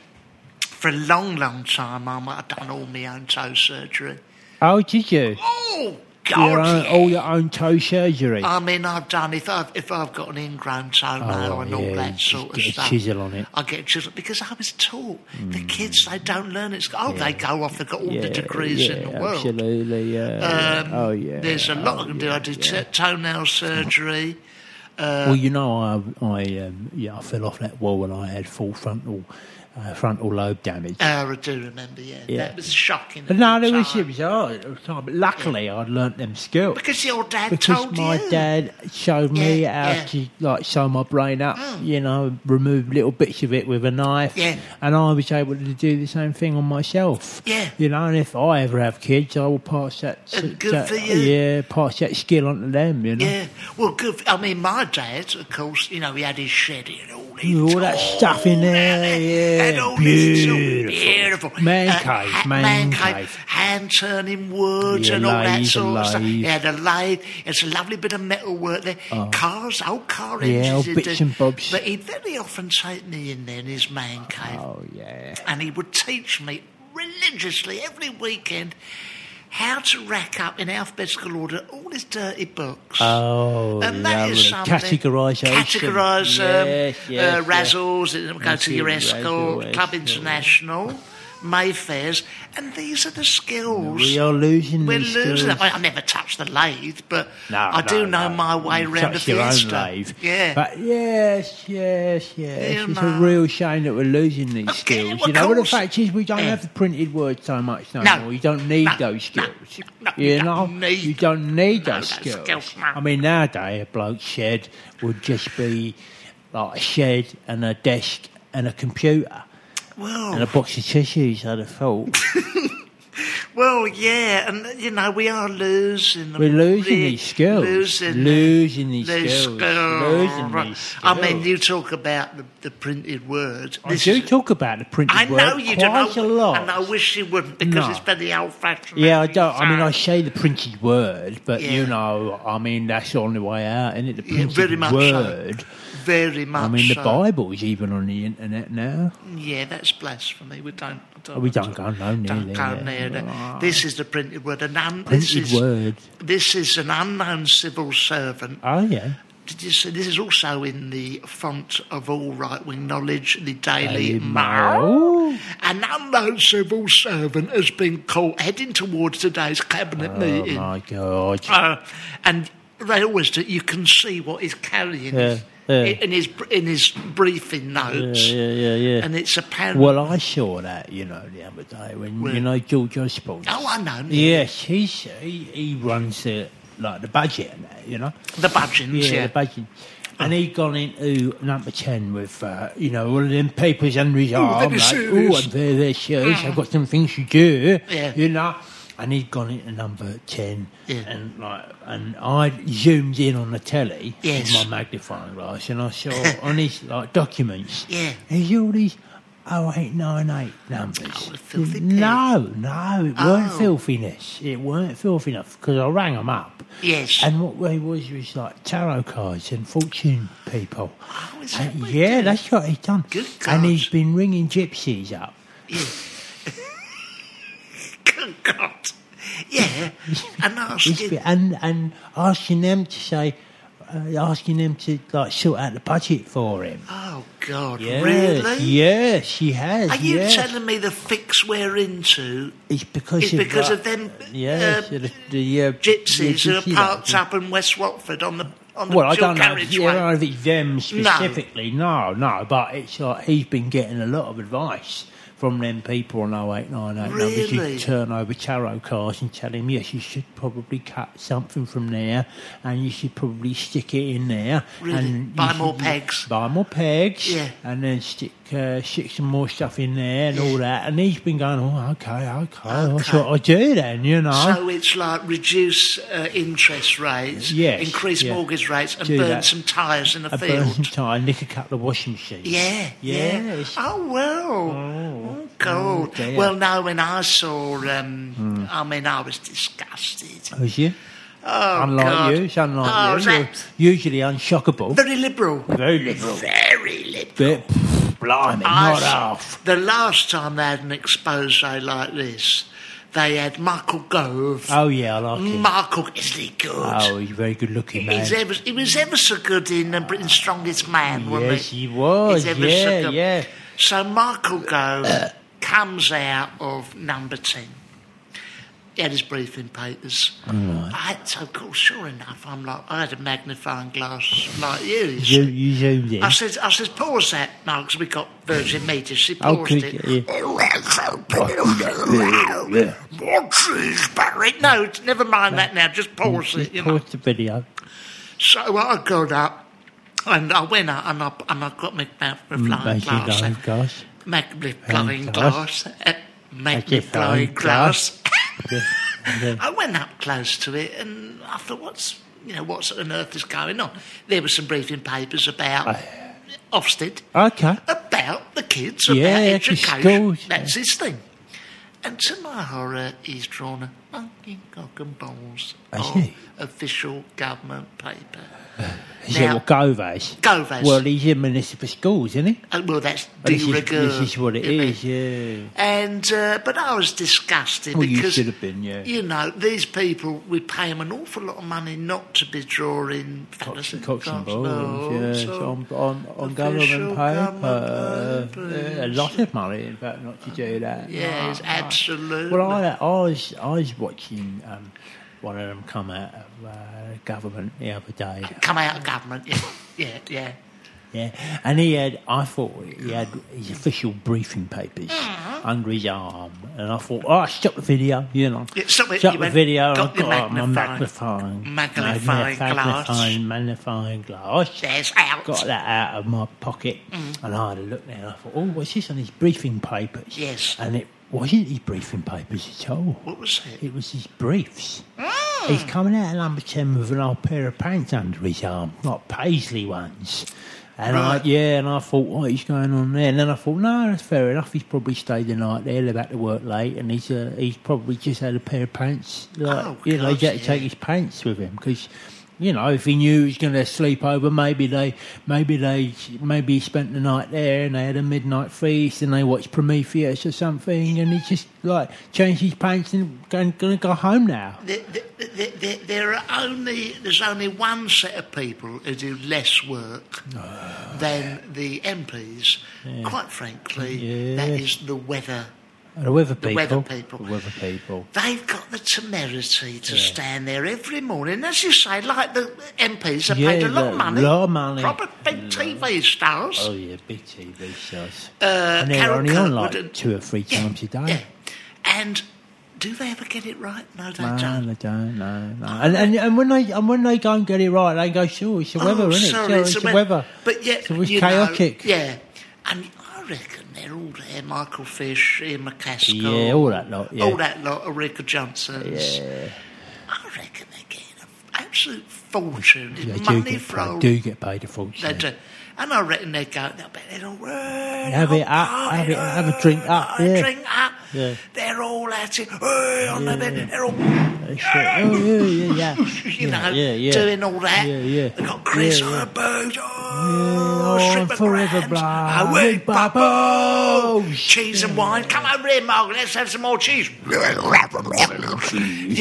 [SPEAKER 1] for a long, long time, I'm, I've done all my own toe surgery.
[SPEAKER 2] Oh, did you?
[SPEAKER 1] Oh God!
[SPEAKER 2] Your own,
[SPEAKER 1] yeah.
[SPEAKER 2] all your own toe surgery.
[SPEAKER 1] I mean, I've done if I've if I've got an ingrown toenail
[SPEAKER 2] Oh,
[SPEAKER 1] and
[SPEAKER 2] yeah,
[SPEAKER 1] all
[SPEAKER 2] you
[SPEAKER 1] that
[SPEAKER 2] just
[SPEAKER 1] sort of
[SPEAKER 2] get a
[SPEAKER 1] stuff.
[SPEAKER 2] chisel on it. Mm.
[SPEAKER 1] I get a chisel because I was taught the kids they don't learn it. Oh, they go off. They've got all
[SPEAKER 2] yeah,
[SPEAKER 1] the degrees
[SPEAKER 2] yeah,
[SPEAKER 1] in the world.
[SPEAKER 2] Absolutely, yeah.
[SPEAKER 1] Um,
[SPEAKER 2] oh, yeah.
[SPEAKER 1] There's a lot I can do. I did t- toenail surgery.
[SPEAKER 2] well, you know, I, I, um, yeah, I fell off that wall and I had full frontal, uh, frontal lobe damage.
[SPEAKER 1] Uh, I do remember. Yeah,
[SPEAKER 2] Yeah.
[SPEAKER 1] that was shocking. at
[SPEAKER 2] But no,
[SPEAKER 1] the
[SPEAKER 2] there was
[SPEAKER 1] time.
[SPEAKER 2] it was hard at the time. But luckily, I'd learnt them skills
[SPEAKER 1] Because your dad
[SPEAKER 2] because
[SPEAKER 1] told
[SPEAKER 2] my
[SPEAKER 1] you.
[SPEAKER 2] dad showed me
[SPEAKER 1] Yeah,
[SPEAKER 2] how
[SPEAKER 1] yeah. Mm.
[SPEAKER 2] to like sew my brain up. You know, remove little bits of it with a knife.
[SPEAKER 1] Yeah.
[SPEAKER 2] and I was able to do the same thing on myself.
[SPEAKER 1] Yeah.
[SPEAKER 2] you know, and if I ever have kids, I will pass that.
[SPEAKER 1] And good
[SPEAKER 2] that-
[SPEAKER 1] for you.
[SPEAKER 2] Yeah, pass that skill on to them. You know.
[SPEAKER 1] Yeah, well, good. I mean, my dad, of course, you know, he had his shed and all that.
[SPEAKER 2] All that stuff in there, yeah,
[SPEAKER 1] And all this sort of
[SPEAKER 2] beautiful.
[SPEAKER 1] beautiful.
[SPEAKER 2] Man
[SPEAKER 1] Uh,
[SPEAKER 2] cave,
[SPEAKER 1] ha-
[SPEAKER 2] man cave.
[SPEAKER 1] Hand turning wood
[SPEAKER 2] Yeah,
[SPEAKER 1] and all that
[SPEAKER 2] lathe,
[SPEAKER 1] sort of stuff.
[SPEAKER 2] lathe. Oh.
[SPEAKER 1] He had a lathe. It's a lovely bit of metal work there. Cars, old car
[SPEAKER 2] Yeah,
[SPEAKER 1] engines.
[SPEAKER 2] old
[SPEAKER 1] he'd
[SPEAKER 2] bits
[SPEAKER 1] do.
[SPEAKER 2] and bobs.
[SPEAKER 1] But he'd very often take me in there in his man cave
[SPEAKER 2] Oh yeah.
[SPEAKER 1] and he would teach me religiously every weekend how to rack up in alphabetical order all his dirty books.
[SPEAKER 2] Oh,
[SPEAKER 1] and that is
[SPEAKER 2] lovely.
[SPEAKER 1] something.
[SPEAKER 2] Categorisation.
[SPEAKER 1] Categorise, um,
[SPEAKER 2] Yes, yes,
[SPEAKER 1] uh,
[SPEAKER 2] yes.
[SPEAKER 1] Razzles, it'll go to
[SPEAKER 2] Into
[SPEAKER 1] your escort,
[SPEAKER 2] Razzles,
[SPEAKER 1] Club
[SPEAKER 2] yeah.
[SPEAKER 1] International. Mayfairs, and these are the skills.
[SPEAKER 2] We are losing
[SPEAKER 1] We're
[SPEAKER 2] these
[SPEAKER 1] losing
[SPEAKER 2] skills.
[SPEAKER 1] them. I, I never touched the lathe, but
[SPEAKER 2] No,
[SPEAKER 1] I do
[SPEAKER 2] no,
[SPEAKER 1] know
[SPEAKER 2] no.
[SPEAKER 1] my way
[SPEAKER 2] You
[SPEAKER 1] round a
[SPEAKER 2] touched your own
[SPEAKER 1] Fiesta.
[SPEAKER 2] lathe.
[SPEAKER 1] Yeah.
[SPEAKER 2] But yes, yes, yes.
[SPEAKER 1] Yeah,
[SPEAKER 2] it's
[SPEAKER 1] no.
[SPEAKER 2] a real shame that we're losing these skills.
[SPEAKER 1] well,
[SPEAKER 2] you know, but the
[SPEAKER 1] course.
[SPEAKER 2] fact is, we don't
[SPEAKER 1] Yeah.
[SPEAKER 2] have the printed word so much no,
[SPEAKER 1] No.
[SPEAKER 2] more. You don't need
[SPEAKER 1] No,
[SPEAKER 2] those
[SPEAKER 1] no,
[SPEAKER 2] skills.
[SPEAKER 1] no,
[SPEAKER 2] you,
[SPEAKER 1] you don't
[SPEAKER 2] know,
[SPEAKER 1] need
[SPEAKER 2] you don't need
[SPEAKER 1] no,
[SPEAKER 2] those
[SPEAKER 1] those
[SPEAKER 2] skills.
[SPEAKER 1] skills, no.
[SPEAKER 2] I mean, nowadays a bloke shed would just be like a shed and a desk and a computer
[SPEAKER 1] well,
[SPEAKER 2] and a box of tissues. I'd have thought.
[SPEAKER 1] Well, yeah, and you know we are losing. them.
[SPEAKER 2] We're losing
[SPEAKER 1] We're
[SPEAKER 2] these skills.
[SPEAKER 1] Losing,
[SPEAKER 2] Losing these
[SPEAKER 1] these
[SPEAKER 2] skills.
[SPEAKER 1] skills.
[SPEAKER 2] Losing these
[SPEAKER 1] I mean,
[SPEAKER 2] skills.
[SPEAKER 1] you talk about the, the printed word.
[SPEAKER 2] I do talk about the printed
[SPEAKER 1] I know
[SPEAKER 2] word
[SPEAKER 1] you do, and
[SPEAKER 2] quite a
[SPEAKER 1] I-
[SPEAKER 2] lot.
[SPEAKER 1] and I wish you wouldn't because
[SPEAKER 2] No.
[SPEAKER 1] it's very old-fashioned.
[SPEAKER 2] Yeah, I
[SPEAKER 1] and
[SPEAKER 2] don't. I mean, I
[SPEAKER 1] sad.
[SPEAKER 2] say the printed word, but
[SPEAKER 1] Yeah.
[SPEAKER 2] you know, I mean, that's the only way out, isn't it? The
[SPEAKER 1] Yeah,
[SPEAKER 2] printed
[SPEAKER 1] very much so.
[SPEAKER 2] word.
[SPEAKER 1] very much.
[SPEAKER 2] I mean, the
[SPEAKER 1] so.
[SPEAKER 2] Bible's even on the internet now.
[SPEAKER 1] Yeah, that's blasphemy. We don't. don't
[SPEAKER 2] We don't go no near
[SPEAKER 1] Don't go near
[SPEAKER 2] there.
[SPEAKER 1] that. This is the printed word, and un- this
[SPEAKER 2] Printed
[SPEAKER 1] is
[SPEAKER 2] word.
[SPEAKER 1] this is an unknown civil servant
[SPEAKER 2] Oh yeah,
[SPEAKER 1] Did you see, this is also in the font of all right wing knowledge, the Daily,
[SPEAKER 2] Daily
[SPEAKER 1] Mail.
[SPEAKER 2] Mail.
[SPEAKER 1] An unknown civil servant has been caught heading towards today's cabinet
[SPEAKER 2] Oh
[SPEAKER 1] meeting.
[SPEAKER 2] my god.
[SPEAKER 1] Uh, and they always do. You can see what he's carrying
[SPEAKER 2] Yeah, yeah.
[SPEAKER 1] in his in his briefing
[SPEAKER 2] Yeah,
[SPEAKER 1] notes,
[SPEAKER 2] yeah, yeah, yeah.
[SPEAKER 1] and it's apparent.
[SPEAKER 2] Well, I saw that, you know, the other day when
[SPEAKER 1] Where?
[SPEAKER 2] you know George Osborne.
[SPEAKER 1] oh, I know
[SPEAKER 2] Yes, he's he, he runs the like the budget and that, you know.
[SPEAKER 1] the budgins.
[SPEAKER 2] Yeah,
[SPEAKER 1] Yeah,
[SPEAKER 2] the budget. And he gone into number ten with uh, you know all of them papers under his arm.
[SPEAKER 1] very
[SPEAKER 2] Like,
[SPEAKER 1] serious.
[SPEAKER 2] oh, I wear their shoes. I've got some things to do.
[SPEAKER 1] Yeah.
[SPEAKER 2] you know. And he'd gone into number ten,
[SPEAKER 1] Yeah.
[SPEAKER 2] and like, and I zoomed in on the telly
[SPEAKER 1] Yes.
[SPEAKER 2] with my magnifying glass, and I saw on his like documents,
[SPEAKER 1] Yeah.
[SPEAKER 2] he's all these 0898 numbers.
[SPEAKER 1] Oh, filthy pig.
[SPEAKER 2] no, no, it weren't
[SPEAKER 1] Oh.
[SPEAKER 2] filthiness. It weren't filthy enough because I rang him up.
[SPEAKER 1] Yes.
[SPEAKER 2] And what they was was like tarot cards and fortune people.
[SPEAKER 1] Oh, is that
[SPEAKER 2] And
[SPEAKER 1] what he
[SPEAKER 2] yeah,
[SPEAKER 1] did?
[SPEAKER 2] that's what he done.
[SPEAKER 1] Good
[SPEAKER 2] and he's
[SPEAKER 1] God.
[SPEAKER 2] been ringing gypsies up.
[SPEAKER 1] Good God. Yeah, and
[SPEAKER 2] He's
[SPEAKER 1] asking
[SPEAKER 2] been- and and asking them to say, uh, asking them to like sort out the budget for him.
[SPEAKER 1] Oh God!
[SPEAKER 2] Yes,
[SPEAKER 1] Really?
[SPEAKER 2] Yes, he has.
[SPEAKER 1] Are you
[SPEAKER 2] yes.
[SPEAKER 1] telling me the fix we're into
[SPEAKER 2] It's because
[SPEAKER 1] is
[SPEAKER 2] of
[SPEAKER 1] because
[SPEAKER 2] like,
[SPEAKER 1] of them,
[SPEAKER 2] Yes,
[SPEAKER 1] uh,
[SPEAKER 2] the, the uh,
[SPEAKER 1] gypsies
[SPEAKER 2] the
[SPEAKER 1] who
[SPEAKER 2] gypsy
[SPEAKER 1] are parked
[SPEAKER 2] lads.
[SPEAKER 1] up in West Watford on the on the
[SPEAKER 2] Well, I
[SPEAKER 1] dual
[SPEAKER 2] don't know. If,
[SPEAKER 1] carriageway?
[SPEAKER 2] yeah, I don't know if it's them specifically. No. no, But it's like he's been getting a lot of advice from them people on 0898 numbers.
[SPEAKER 1] Really?
[SPEAKER 2] You turn over tarot cards and tell him, yes, you should probably cut something from there, and you should probably stick it in there,
[SPEAKER 1] Really?
[SPEAKER 2] and you
[SPEAKER 1] Buy more
[SPEAKER 2] should
[SPEAKER 1] pegs.
[SPEAKER 2] buy more pegs,
[SPEAKER 1] Yeah.
[SPEAKER 2] and then stick uh, stick some more stuff in there and all that. And he's been going, oh, okay, okay, that's
[SPEAKER 1] Okay.
[SPEAKER 2] what I do then, you know.
[SPEAKER 1] So it's like reduce uh, interest rates,
[SPEAKER 2] Yes,
[SPEAKER 1] increase
[SPEAKER 2] yeah.
[SPEAKER 1] mortgage rates, and
[SPEAKER 2] Do
[SPEAKER 1] burn
[SPEAKER 2] that.
[SPEAKER 1] some tyres in the
[SPEAKER 2] I burn some
[SPEAKER 1] field.
[SPEAKER 2] tire, nick a couple of washing machines.
[SPEAKER 1] Yeah, yeah.
[SPEAKER 2] Yes.
[SPEAKER 1] Oh well. Oh, God.
[SPEAKER 2] dear. Hmm.
[SPEAKER 1] well, no. When I saw, um, I mean, I was disgusted.
[SPEAKER 2] Was you?
[SPEAKER 1] Oh
[SPEAKER 2] unlike
[SPEAKER 1] God.
[SPEAKER 2] you, it's unlike
[SPEAKER 1] Oh,
[SPEAKER 2] you. You're
[SPEAKER 1] that's-
[SPEAKER 2] usually unshockable.
[SPEAKER 1] Very liberal.
[SPEAKER 2] Very liberal.
[SPEAKER 1] Very liberal.
[SPEAKER 2] Bit, blimey,
[SPEAKER 1] I
[SPEAKER 2] not
[SPEAKER 1] s-
[SPEAKER 2] half.
[SPEAKER 1] The last time they had an expose like this, they had Michael Gove.
[SPEAKER 2] Oh yeah, I like him.
[SPEAKER 1] Michael, isn't he good?
[SPEAKER 2] Oh, he's a very good looking man.
[SPEAKER 1] He's ever, he was ever so good in uh, Britain's Strongest Man, wasn't
[SPEAKER 2] yes,
[SPEAKER 1] he?
[SPEAKER 2] he was.
[SPEAKER 1] He's ever so
[SPEAKER 2] Yeah,
[SPEAKER 1] good.
[SPEAKER 2] yeah.
[SPEAKER 1] So Michael Gove comes out of number 10. He had his briefing papers. I, so, of course, sure enough, I'm like, I had a magnifying glass like you. you
[SPEAKER 2] You, you zoomed in.
[SPEAKER 1] I said, I said, pause that, no, 'cause we got Virgin Media. She
[SPEAKER 2] Oh,
[SPEAKER 1] paused
[SPEAKER 2] could
[SPEAKER 1] it.
[SPEAKER 2] you? Yeah.
[SPEAKER 1] No, it's- never mind that now. Just pause it. You know.
[SPEAKER 2] Pause the video.
[SPEAKER 1] So I got up and I went out and I, and I got my magnifying
[SPEAKER 2] Basically,
[SPEAKER 1] glass.
[SPEAKER 2] guys, guys.
[SPEAKER 1] Magnifying
[SPEAKER 2] Magnifying
[SPEAKER 1] glass. eh, Magnifying
[SPEAKER 2] Magnifying
[SPEAKER 1] glass.
[SPEAKER 2] Yeah, yeah.
[SPEAKER 1] I went up close to it and I thought, what's you know, what's on earth is going on? There were some briefing papers about Ofsted
[SPEAKER 2] Okay.
[SPEAKER 1] about the kids,
[SPEAKER 2] Yeah,
[SPEAKER 1] about
[SPEAKER 2] yeah, 'cause
[SPEAKER 1] education.
[SPEAKER 2] schools,
[SPEAKER 1] That's his thing. And to my horror, he's drawn a Monkey cock and balls
[SPEAKER 2] I
[SPEAKER 1] of
[SPEAKER 2] see.
[SPEAKER 1] official government paper.
[SPEAKER 2] Is
[SPEAKER 1] Now-
[SPEAKER 2] it what Govas?
[SPEAKER 1] Govas.
[SPEAKER 2] Well, he's in municipal schools, isn't he?
[SPEAKER 1] Uh, well, that's de
[SPEAKER 2] Oh, This is,
[SPEAKER 1] rigueur,
[SPEAKER 2] this is what it
[SPEAKER 1] isn't
[SPEAKER 2] is, yeah.
[SPEAKER 1] And uh, but I was disgusted
[SPEAKER 2] Well, you
[SPEAKER 1] because
[SPEAKER 2] should have been, yeah.
[SPEAKER 1] You know, these people we pay them an awful lot of money not to be drawing
[SPEAKER 2] Cocks
[SPEAKER 1] fantasy
[SPEAKER 2] and cocks and
[SPEAKER 1] cocks
[SPEAKER 2] balls, yes, on, on,
[SPEAKER 1] official
[SPEAKER 2] on government paper.
[SPEAKER 1] government
[SPEAKER 2] Yeah, a
[SPEAKER 1] papers.
[SPEAKER 2] lot of money, in fact, not to
[SPEAKER 1] Uh,
[SPEAKER 2] do that.
[SPEAKER 1] Yes,
[SPEAKER 2] No.
[SPEAKER 1] absolutely.
[SPEAKER 2] Well, I, I was I was watching um, one of them come out of uh, government the other day,
[SPEAKER 1] come out of government. Yeah, yeah, yeah.
[SPEAKER 2] yeah, and he had I thought he had his official briefing papers
[SPEAKER 1] Mm.
[SPEAKER 2] under his arm, and I thought, oh, stop the video, you know,
[SPEAKER 1] Yeah, stop it,
[SPEAKER 2] stop
[SPEAKER 1] you
[SPEAKER 2] the
[SPEAKER 1] went-
[SPEAKER 2] video,
[SPEAKER 1] got
[SPEAKER 2] and
[SPEAKER 1] your
[SPEAKER 2] I've got my
[SPEAKER 1] magnifying-
[SPEAKER 2] magnifying
[SPEAKER 1] magnifying glass.
[SPEAKER 2] magnifying, magnifying glass, Oh,
[SPEAKER 1] There's out.
[SPEAKER 2] got that out of my pocket and I had a look there and I thought, oh, what's this on his briefing papers?
[SPEAKER 1] Yes.
[SPEAKER 2] And it wasn't his briefing papers at all.
[SPEAKER 1] What was it?
[SPEAKER 2] It was his briefs. He's coming out of number 10 with an old pair of pants under his arm, like paisley ones. And
[SPEAKER 1] Right.
[SPEAKER 2] I, yeah, and I thought, what is going on there? And then I thought, no, that's fair enough. He's probably stayed the night there. They're back to work late, and he's uh, he's probably just had a pair of pants. Like,
[SPEAKER 1] Oh,
[SPEAKER 2] you know, he's had
[SPEAKER 1] gosh,
[SPEAKER 2] to take
[SPEAKER 1] yeah.
[SPEAKER 2] his pants with him because, you know, if he knew he was going to sleep over, maybe they, maybe they, maybe he spent the night there and they had a midnight feast and they watched Prometheus or something, and he just like changed his pants and going to go home now.
[SPEAKER 1] There, there- there, there, there are only there's only one set of people who do less work than the MPs. Quite frankly, that
[SPEAKER 2] Yes.
[SPEAKER 1] is the weather.
[SPEAKER 2] The weather
[SPEAKER 1] The
[SPEAKER 2] people.
[SPEAKER 1] weather people.
[SPEAKER 2] The weather people.
[SPEAKER 1] They've got the temerity to
[SPEAKER 2] Yeah.
[SPEAKER 1] stand there every morning, as you say, like the MPs are paid a
[SPEAKER 2] Yeah,
[SPEAKER 1] lot of
[SPEAKER 2] the-
[SPEAKER 1] money,
[SPEAKER 2] lot of money.
[SPEAKER 1] proper big TV stars.
[SPEAKER 2] Oh yeah, big TV shows.
[SPEAKER 1] Uh,
[SPEAKER 2] and they're
[SPEAKER 1] Carol
[SPEAKER 2] only on
[SPEAKER 1] Kirkwood
[SPEAKER 2] like
[SPEAKER 1] and-
[SPEAKER 2] two or three times a
[SPEAKER 1] Yeah.
[SPEAKER 2] day.
[SPEAKER 1] And do they ever get it right? No, they
[SPEAKER 2] No,
[SPEAKER 1] don't.
[SPEAKER 2] they don't. No, no. And, and and when they and when they go and get it right, they go, sure, it's the weather,
[SPEAKER 1] oh,
[SPEAKER 2] isn't it?
[SPEAKER 1] sorry,
[SPEAKER 2] Sure,
[SPEAKER 1] it's the wea-
[SPEAKER 2] weather.
[SPEAKER 1] But yet,
[SPEAKER 2] so it's
[SPEAKER 1] you know,
[SPEAKER 2] chaotic.
[SPEAKER 1] yeah. And I reckon they're all there. Michael Fish, Ian McCaskill.
[SPEAKER 2] Yeah, all that lot, yeah.
[SPEAKER 1] All that lot, Eureka Johnson's. I reckon they're getting an absolute fortune in
[SPEAKER 2] They do
[SPEAKER 1] money
[SPEAKER 2] get
[SPEAKER 1] from...
[SPEAKER 2] paid. Do get paid a fortune.
[SPEAKER 1] They do. And I reckon they're going, I bet they're all... Have
[SPEAKER 2] Have it up, have it- have a drink up,
[SPEAKER 1] Have a
[SPEAKER 2] yeah.
[SPEAKER 1] drink up.
[SPEAKER 2] Yeah.
[SPEAKER 1] They're all at it. "Hey," on the bed. They're all...
[SPEAKER 2] That's it. Oh yeah, yeah, yeah.
[SPEAKER 1] you
[SPEAKER 2] yeah,
[SPEAKER 1] know,
[SPEAKER 2] yeah, yeah.
[SPEAKER 1] doing all that.
[SPEAKER 2] Yeah, yeah.
[SPEAKER 1] They got Chris
[SPEAKER 2] Yeah,
[SPEAKER 1] on
[SPEAKER 2] yeah.
[SPEAKER 1] a boat. Oh,
[SPEAKER 2] Yeah,
[SPEAKER 1] shrimp
[SPEAKER 2] oh,
[SPEAKER 1] and
[SPEAKER 2] forever
[SPEAKER 1] crabs.
[SPEAKER 2] blind.
[SPEAKER 1] I went bubble.
[SPEAKER 2] Bubbles.
[SPEAKER 1] Cheese and wine. Come over here, Margaret. Let's have some more cheese. you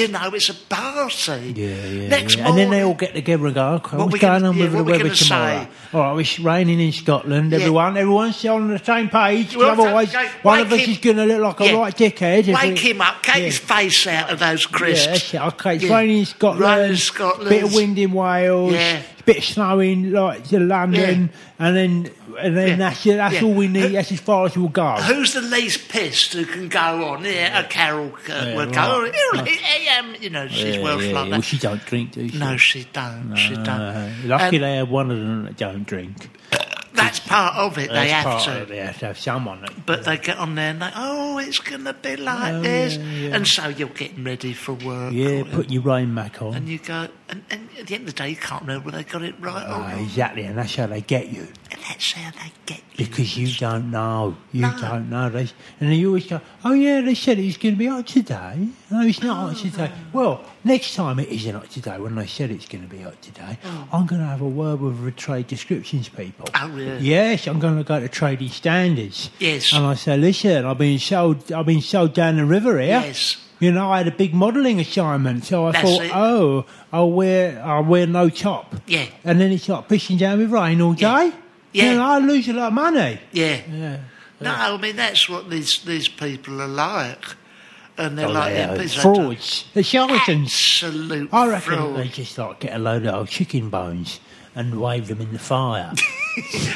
[SPEAKER 1] know, it's a party.
[SPEAKER 2] Yeah, yeah,
[SPEAKER 1] Next
[SPEAKER 2] yeah.
[SPEAKER 1] morning,
[SPEAKER 2] and then they all get together and go, okay,
[SPEAKER 1] What we
[SPEAKER 2] what's
[SPEAKER 1] gonna-
[SPEAKER 2] going on
[SPEAKER 1] yeah,
[SPEAKER 2] with
[SPEAKER 1] what
[SPEAKER 2] the
[SPEAKER 1] we
[SPEAKER 2] weather
[SPEAKER 1] gonna
[SPEAKER 2] tomorrow?
[SPEAKER 1] say?
[SPEAKER 2] All right, it's raining in Scotland,
[SPEAKER 1] Yeah.
[SPEAKER 2] everyone. Everyone's on the same page.
[SPEAKER 1] Well,
[SPEAKER 2] otherwise,
[SPEAKER 1] okay,
[SPEAKER 2] one of
[SPEAKER 1] wake
[SPEAKER 2] us
[SPEAKER 1] him-
[SPEAKER 2] is going to look like a
[SPEAKER 1] Yeah.
[SPEAKER 2] right dickhead. if
[SPEAKER 1] Wake
[SPEAKER 2] we-
[SPEAKER 1] him up, get
[SPEAKER 2] Yeah.
[SPEAKER 1] his face out of those crisps.
[SPEAKER 2] Yeah, that's it. Okay, it's
[SPEAKER 1] Yeah.
[SPEAKER 2] raining in Scotland.
[SPEAKER 1] Raining in Scotland.
[SPEAKER 2] Bit of wind in Wales.
[SPEAKER 1] Yeah.
[SPEAKER 2] Bit of snow in like to London, and then and then
[SPEAKER 1] Yeah.
[SPEAKER 2] that's it. That's
[SPEAKER 1] Yeah.
[SPEAKER 2] all we need. That's as far as we'll go.
[SPEAKER 1] Who's the least pissed who can go on? Yeah, a Carol Kirkwood.
[SPEAKER 2] right.
[SPEAKER 1] go, oh, AM, you know, she's
[SPEAKER 2] Yeah,
[SPEAKER 1] Welsh
[SPEAKER 2] yeah,
[SPEAKER 1] like
[SPEAKER 2] yeah.
[SPEAKER 1] that.
[SPEAKER 2] Well, she don't drink, do she?
[SPEAKER 1] no, she don't. she don't.
[SPEAKER 2] Uh, lucky
[SPEAKER 1] And
[SPEAKER 2] they have one of them that don't drink.
[SPEAKER 1] that's part of it. they
[SPEAKER 2] That's
[SPEAKER 1] have
[SPEAKER 2] part
[SPEAKER 1] to.
[SPEAKER 2] Of it. They have to have someone. That,
[SPEAKER 1] But they get on there and they, oh, it's going to be like
[SPEAKER 2] Oh,
[SPEAKER 1] this.
[SPEAKER 2] yeah, yeah.
[SPEAKER 1] And so you're getting ready for work.
[SPEAKER 2] yeah,
[SPEAKER 1] or-
[SPEAKER 2] put your rain back on.
[SPEAKER 1] and you go, and, and at the end of the day, you can't know whether they got it right or
[SPEAKER 2] Ah,
[SPEAKER 1] not.
[SPEAKER 2] exactly, and that's how they get you
[SPEAKER 1] And that's how they get you.
[SPEAKER 2] because you don't know. You
[SPEAKER 1] No.
[SPEAKER 2] don't know. They, and they always go, "Oh yeah, they said it was going to be hot today. No, it's not hot
[SPEAKER 1] Oh,
[SPEAKER 2] today. Well, next time it isn't hot today. When they said it's going to be hot today, I'm going to have a word with the trade descriptions people.
[SPEAKER 1] Oh, really?
[SPEAKER 2] Yes, I'm going to go to trading standards.
[SPEAKER 1] Yes.
[SPEAKER 2] and I say, listen, I've been sold. I've been sold down the river here.
[SPEAKER 1] Yes.
[SPEAKER 2] You know, I had a big modelling assignment, so I
[SPEAKER 1] That's
[SPEAKER 2] thought,
[SPEAKER 1] it.
[SPEAKER 2] oh, I'll wear, I'll wear no top.
[SPEAKER 1] Yeah.
[SPEAKER 2] And then it started pissing down with rain all
[SPEAKER 1] Yeah.
[SPEAKER 2] day.
[SPEAKER 1] Yeah.
[SPEAKER 2] And I lose a lot of money.
[SPEAKER 1] Yeah.
[SPEAKER 2] Yeah.
[SPEAKER 1] No, I mean, that's what these, these people are like. And they're
[SPEAKER 2] Oh,
[SPEAKER 1] like,
[SPEAKER 2] they
[SPEAKER 1] yeah,
[SPEAKER 2] are
[SPEAKER 1] please don't-
[SPEAKER 2] frauds. The charlatans.
[SPEAKER 1] Absolute
[SPEAKER 2] I reckon
[SPEAKER 1] fraud.
[SPEAKER 2] they just like get a load of old chicken bones and wave them in the fire.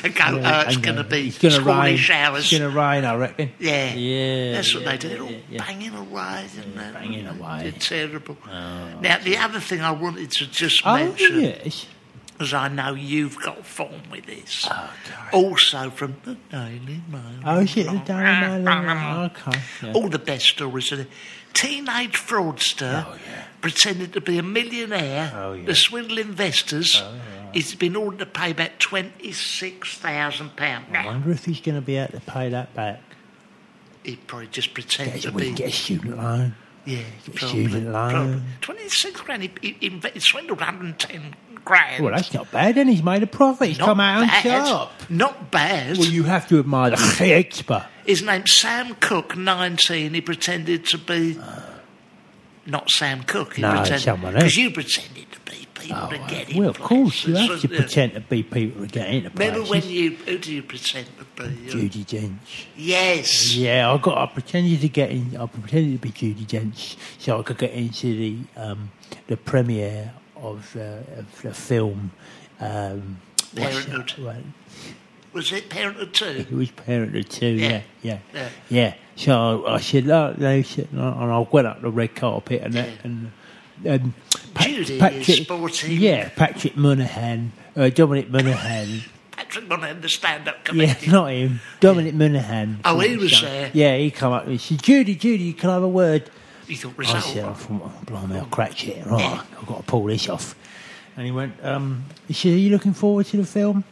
[SPEAKER 1] And go, oh, it's
[SPEAKER 2] And, uh,
[SPEAKER 1] going to be
[SPEAKER 2] it's gonna
[SPEAKER 1] squally
[SPEAKER 2] rain.
[SPEAKER 1] showers.
[SPEAKER 2] It's going to rain, I reckon.
[SPEAKER 1] Yeah.
[SPEAKER 2] Yeah,
[SPEAKER 1] That's what
[SPEAKER 2] yeah,
[SPEAKER 1] they do. They're all
[SPEAKER 2] yeah, yeah.
[SPEAKER 1] banging away. And that.
[SPEAKER 2] banging away.
[SPEAKER 1] It's terrible. now, the other thing I wanted to just
[SPEAKER 2] Oh,
[SPEAKER 1] mention,
[SPEAKER 2] yes.
[SPEAKER 1] because I know you've got fun with this,
[SPEAKER 2] God.
[SPEAKER 1] also from the Daily Mail.
[SPEAKER 2] Oh, is it the Daily Mail? Okay. yeah.
[SPEAKER 1] All the best stories. are there. Teenage fraudster
[SPEAKER 2] Oh, yeah.
[SPEAKER 1] pretended to be a millionaire
[SPEAKER 2] Oh, yeah. Oh,
[SPEAKER 1] to swindle investors. He's been ordered to pay back £26,000.
[SPEAKER 2] I wonder if he's going to be able to pay that back.
[SPEAKER 1] He'd probably just pretend
[SPEAKER 2] That's
[SPEAKER 1] to
[SPEAKER 2] when you
[SPEAKER 1] be.
[SPEAKER 2] get a student loan.
[SPEAKER 1] Yeah, probably.
[SPEAKER 2] Student loan.
[SPEAKER 1] probably. 26 grand, he, he, he inve- he swindled 110 grand.
[SPEAKER 2] Well, that's not bad, and he's made a profit. He's
[SPEAKER 1] Not
[SPEAKER 2] come out
[SPEAKER 1] bad.
[SPEAKER 2] on top.
[SPEAKER 1] Not bad.
[SPEAKER 2] Well, you have to admire the expert.
[SPEAKER 1] His name's Sam Cook, 19. He pretended to be. Not Sam Cook. He
[SPEAKER 2] Uh. No,
[SPEAKER 1] pretended,
[SPEAKER 2] someone else. Oh,
[SPEAKER 1] Because you pretended to be people to get in.
[SPEAKER 2] Well, of course, you
[SPEAKER 1] places,
[SPEAKER 2] have to
[SPEAKER 1] wasn't it?
[SPEAKER 2] pretend to be people to get into
[SPEAKER 1] Remember when
[SPEAKER 2] places.
[SPEAKER 1] you. Who do you pretend to be?
[SPEAKER 2] Judy Dench.
[SPEAKER 1] Yes.
[SPEAKER 2] Yeah, I got. I pretended to get in. I pretended to be Judy Dench so I could get into the um, the premiere of, uh, of the film. Um, what's that
[SPEAKER 1] Parenthood.
[SPEAKER 2] one?
[SPEAKER 1] Was it Parenthood 2?
[SPEAKER 2] It was Parenthood too.
[SPEAKER 1] Yeah.
[SPEAKER 2] Yeah, yeah,
[SPEAKER 1] Yeah.
[SPEAKER 2] yeah. So I, I said, "Look," they said, and I and I went up the red carpet and that, and and Pat-
[SPEAKER 1] Judy is sporty.
[SPEAKER 2] Yeah, Patrick Monahan, uh, Dominic Monahan.
[SPEAKER 1] Patrick Monahan, the stand up
[SPEAKER 2] Yeah,
[SPEAKER 1] comedian.
[SPEAKER 2] not him. Dominic Monahan.
[SPEAKER 1] Oh, he was
[SPEAKER 2] So-
[SPEAKER 1] there.
[SPEAKER 2] Yeah, he come up and he said, Judy, Judy, can I have a word?
[SPEAKER 1] You thought
[SPEAKER 2] I
[SPEAKER 1] result.
[SPEAKER 2] said, I thought, blimey, I'll crack it. Right,
[SPEAKER 1] Yeah.
[SPEAKER 2] I've got to pull this off. And he went, um, he said, are you looking forward to the film?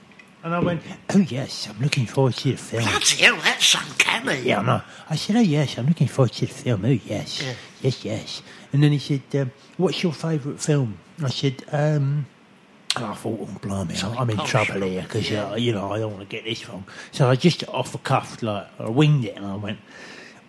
[SPEAKER 2] And I went, oh, yes, I'm looking forward to the film.
[SPEAKER 1] Bloody hell, that's uncanny.
[SPEAKER 2] Yeah, I know. I said, oh, yes, I'm looking forward to the film. Oh, yes.
[SPEAKER 1] Yeah.
[SPEAKER 2] Yes, yes. And then he said, um, what's your favourite film? I said, um, and I thought, oh, blimey, I'm- I'm in
[SPEAKER 1] posh.
[SPEAKER 2] trouble here because,
[SPEAKER 1] Yeah.
[SPEAKER 2] you know, I don't want to get this wrong. So I just off the cuff, like, I winged it and I went,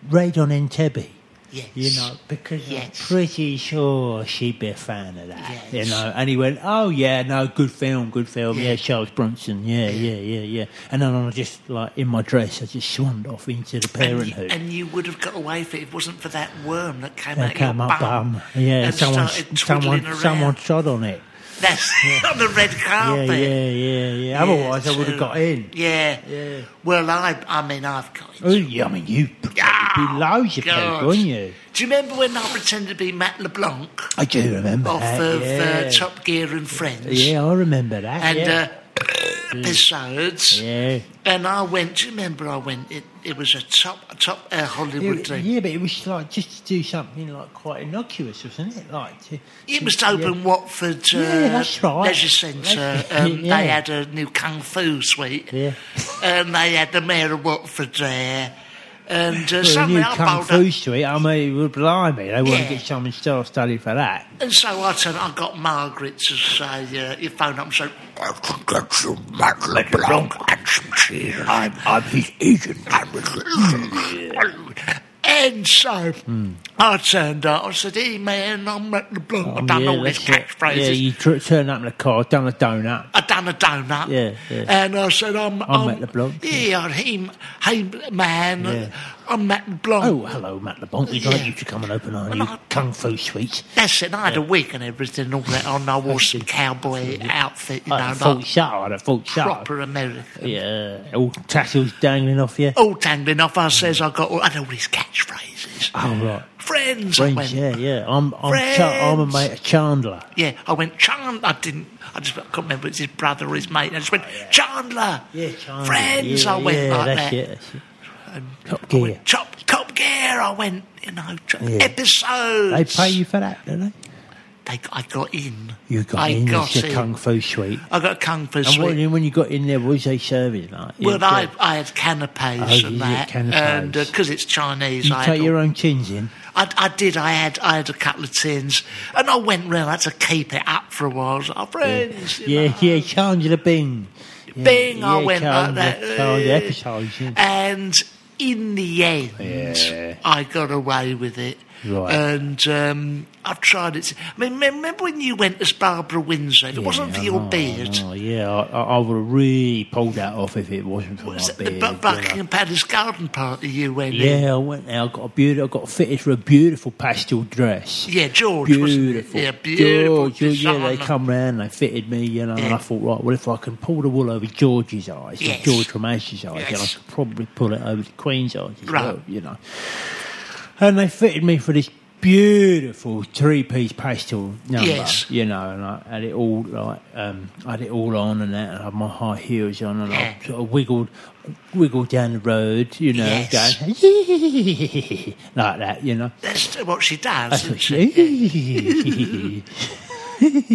[SPEAKER 2] Raid on Entebbe.
[SPEAKER 1] Yes.
[SPEAKER 2] You know, because
[SPEAKER 1] Yes.
[SPEAKER 2] I'm pretty sure she'd be a fan of that.
[SPEAKER 1] Yes.
[SPEAKER 2] You know, and he went, "Oh yeah, no, good film, good film, yeah, Charles Bronson, yeah, yeah, yeah, yeah." And then I just like in my dress, I just swanned off into the
[SPEAKER 1] And you,
[SPEAKER 2] Parenthood.
[SPEAKER 1] and you would have got away with it if it wasn't for that worm that came
[SPEAKER 2] That
[SPEAKER 1] out
[SPEAKER 2] came
[SPEAKER 1] your
[SPEAKER 2] up
[SPEAKER 1] bum.
[SPEAKER 2] bum. Yeah,
[SPEAKER 1] and
[SPEAKER 2] someone,
[SPEAKER 1] started twiddling
[SPEAKER 2] someone,
[SPEAKER 1] around. Oh,
[SPEAKER 2] someone trod on it.
[SPEAKER 1] That's on the red
[SPEAKER 2] Yeah,
[SPEAKER 1] carpet.
[SPEAKER 2] yeah, yeah, yeah. Otherwise, I would
[SPEAKER 1] so-
[SPEAKER 2] have got in.
[SPEAKER 1] Yeah.
[SPEAKER 2] Yeah.
[SPEAKER 1] Well, I, I mean, I've got
[SPEAKER 2] Oh,
[SPEAKER 1] it.
[SPEAKER 2] yeah, I mean, you
[SPEAKER 1] Oh,
[SPEAKER 2] be loads of
[SPEAKER 1] God.
[SPEAKER 2] people, wouldn't you?
[SPEAKER 1] Do you remember when I pretended to be Matt LeBlanc
[SPEAKER 2] I do remember
[SPEAKER 1] off
[SPEAKER 2] that.
[SPEAKER 1] of
[SPEAKER 2] yeah.
[SPEAKER 1] uh, Top Gear and Friends?
[SPEAKER 2] yeah, I remember that.
[SPEAKER 1] And
[SPEAKER 2] yeah. Mm.
[SPEAKER 1] uh, episodes.
[SPEAKER 2] yeah.
[SPEAKER 1] And I went. Do you remember? I went. It, it was a top, a top uh, Hollywood
[SPEAKER 2] Yeah,
[SPEAKER 1] thing.
[SPEAKER 2] yeah, but it was like just to do something like quite innocuous, wasn't it? Like to,
[SPEAKER 1] It
[SPEAKER 2] to-
[SPEAKER 1] was to open
[SPEAKER 2] yeah.
[SPEAKER 1] Watford uh,
[SPEAKER 2] Yeah, that's right.
[SPEAKER 1] Leisure Centre.
[SPEAKER 2] That's-
[SPEAKER 1] Um,
[SPEAKER 2] yeah.
[SPEAKER 1] They had a new kung fu suite,
[SPEAKER 2] Yeah.
[SPEAKER 1] and they had the mayor of Watford there. And uh,
[SPEAKER 2] Well, a
[SPEAKER 1] suddenly
[SPEAKER 2] new
[SPEAKER 1] I
[SPEAKER 2] kung
[SPEAKER 1] bowled
[SPEAKER 2] fu
[SPEAKER 1] up,
[SPEAKER 2] street. I mean, well, blimey, they want
[SPEAKER 1] Yeah.
[SPEAKER 2] to get someone star study for that.
[SPEAKER 1] and so I turned. I got Margaret to say, uh, "Your phone up and say,
[SPEAKER 4] I can get you Matt LeBlanc and some cheese. I'm, I'm his agent. I'm his agent.
[SPEAKER 1] And so
[SPEAKER 2] Hmm.
[SPEAKER 1] I turned up. I said, "Hey man, I'm Matt LeBlanc. I've done
[SPEAKER 2] Oh, yeah,
[SPEAKER 1] all these
[SPEAKER 2] that's it.
[SPEAKER 1] catchphrases.
[SPEAKER 2] Yeah, you tr- turn up in a car, done a donut.
[SPEAKER 1] I done a donut.
[SPEAKER 2] Yeah, yeah.
[SPEAKER 1] And I said, I'm, I'm
[SPEAKER 2] Matt LeBlanc.
[SPEAKER 1] Yeah, he, he, man,
[SPEAKER 2] Yeah.
[SPEAKER 1] I'm Matt LeBlanc.
[SPEAKER 2] Oh, hello, Matt LeBlanc. We'd
[SPEAKER 1] Yeah.
[SPEAKER 2] like you to come and open our
[SPEAKER 1] Well,
[SPEAKER 2] new
[SPEAKER 1] I-
[SPEAKER 2] kung fu suite.
[SPEAKER 1] That's it. I had a wig and everything, and all that on. I wore some cowboy outfit, you know,
[SPEAKER 2] Like a
[SPEAKER 1] like
[SPEAKER 2] full shot, a full shot.
[SPEAKER 1] proper American.
[SPEAKER 2] Yeah, all tassels dangling off you.
[SPEAKER 1] All tangling off. I says, I got all, I had all these catchphrases.
[SPEAKER 2] Oh, right.
[SPEAKER 1] Friends, I
[SPEAKER 2] Friends,
[SPEAKER 1] went.
[SPEAKER 2] yeah, yeah. I'm, I'm, Cha- I'm a
[SPEAKER 1] Friends.
[SPEAKER 2] mate of Chandler.
[SPEAKER 1] Yeah, I went Chandler. I didn't. I just I can't remember. It's his brother or his mate. I just went Chandler.
[SPEAKER 2] Oh, Yeah, Chandler.
[SPEAKER 1] Friends.
[SPEAKER 2] yeah,
[SPEAKER 1] I went
[SPEAKER 2] yeah,
[SPEAKER 1] like
[SPEAKER 2] that's
[SPEAKER 1] that.
[SPEAKER 2] It, that's it. Top
[SPEAKER 1] I
[SPEAKER 2] Gear.
[SPEAKER 1] went, Top, top gear. I went. You know, tr-
[SPEAKER 2] Yeah.
[SPEAKER 1] episodes.
[SPEAKER 2] They pay you for that, do they?
[SPEAKER 1] They, I got in.
[SPEAKER 2] You got
[SPEAKER 1] I
[SPEAKER 2] in
[SPEAKER 1] got
[SPEAKER 2] got
[SPEAKER 1] in.
[SPEAKER 2] the kung fu suite.
[SPEAKER 1] I got kung fu
[SPEAKER 2] And what,
[SPEAKER 1] suite.
[SPEAKER 2] when you got in there, what was they serving like? You
[SPEAKER 1] Well,
[SPEAKER 2] got-
[SPEAKER 1] I, I had canapes
[SPEAKER 2] Oh, you
[SPEAKER 1] and
[SPEAKER 2] did
[SPEAKER 1] that,
[SPEAKER 2] canapes.
[SPEAKER 1] and because it's Chinese,
[SPEAKER 2] you
[SPEAKER 1] I, had
[SPEAKER 2] take
[SPEAKER 1] all-
[SPEAKER 2] your own chins in.
[SPEAKER 1] I, I did. I had I had a couple of tins, and I went round. I had to keep it up for a while. I was like, friends, you
[SPEAKER 2] Yeah,
[SPEAKER 1] know.
[SPEAKER 2] yeah, Chandler the Bing. Yeah,
[SPEAKER 1] Bing, I went
[SPEAKER 2] Chandler,
[SPEAKER 1] like that.
[SPEAKER 2] Chandler
[SPEAKER 1] uh,
[SPEAKER 2] episodes. yeah.
[SPEAKER 1] And in the end,
[SPEAKER 2] Yeah.
[SPEAKER 1] I got away with it.
[SPEAKER 2] Right.
[SPEAKER 1] And um, I've tried it. I mean, remember when you went as Barbara Windsor? If it wasn't
[SPEAKER 2] Yeah,
[SPEAKER 1] for
[SPEAKER 2] I
[SPEAKER 1] your
[SPEAKER 2] know, I
[SPEAKER 1] beard,
[SPEAKER 2] know, yeah, I, I, I would have really pulled that off if it wasn't for
[SPEAKER 1] was
[SPEAKER 2] my
[SPEAKER 1] it the
[SPEAKER 2] beard.
[SPEAKER 1] Bu-
[SPEAKER 2] you know.
[SPEAKER 1] Buckingham Palace garden party you went in?
[SPEAKER 2] Yeah, I went there. I got a beautiful. I got fitted for a beautiful pastel dress.
[SPEAKER 1] Yeah, George, wasn't
[SPEAKER 2] Beautiful.
[SPEAKER 1] it? Yeah, beautiful.
[SPEAKER 2] George, yeah, they
[SPEAKER 1] design.
[SPEAKER 2] come round, they fitted me, you know, and
[SPEAKER 1] Yeah.
[SPEAKER 2] I thought, right, well, if I can pull the wool over George's eyes,
[SPEAKER 1] Yes.
[SPEAKER 2] and George Ramash's eyes, then I
[SPEAKER 1] Yes.
[SPEAKER 2] could probably pull it over the Queen's eyes as
[SPEAKER 1] Right.
[SPEAKER 2] well, you know. And they fitted me for this beautiful three-piece pastel number,
[SPEAKER 1] Yes.
[SPEAKER 2] you know, and I had it all like, um, I had it all on and that, and I had my high heels on, and
[SPEAKER 1] Yeah.
[SPEAKER 2] I sort of wiggled, wiggled down the road, you know,
[SPEAKER 1] Yes.
[SPEAKER 2] going like that, you know.
[SPEAKER 1] That's what she does.
[SPEAKER 2] That's
[SPEAKER 1] isn't
[SPEAKER 2] what she. and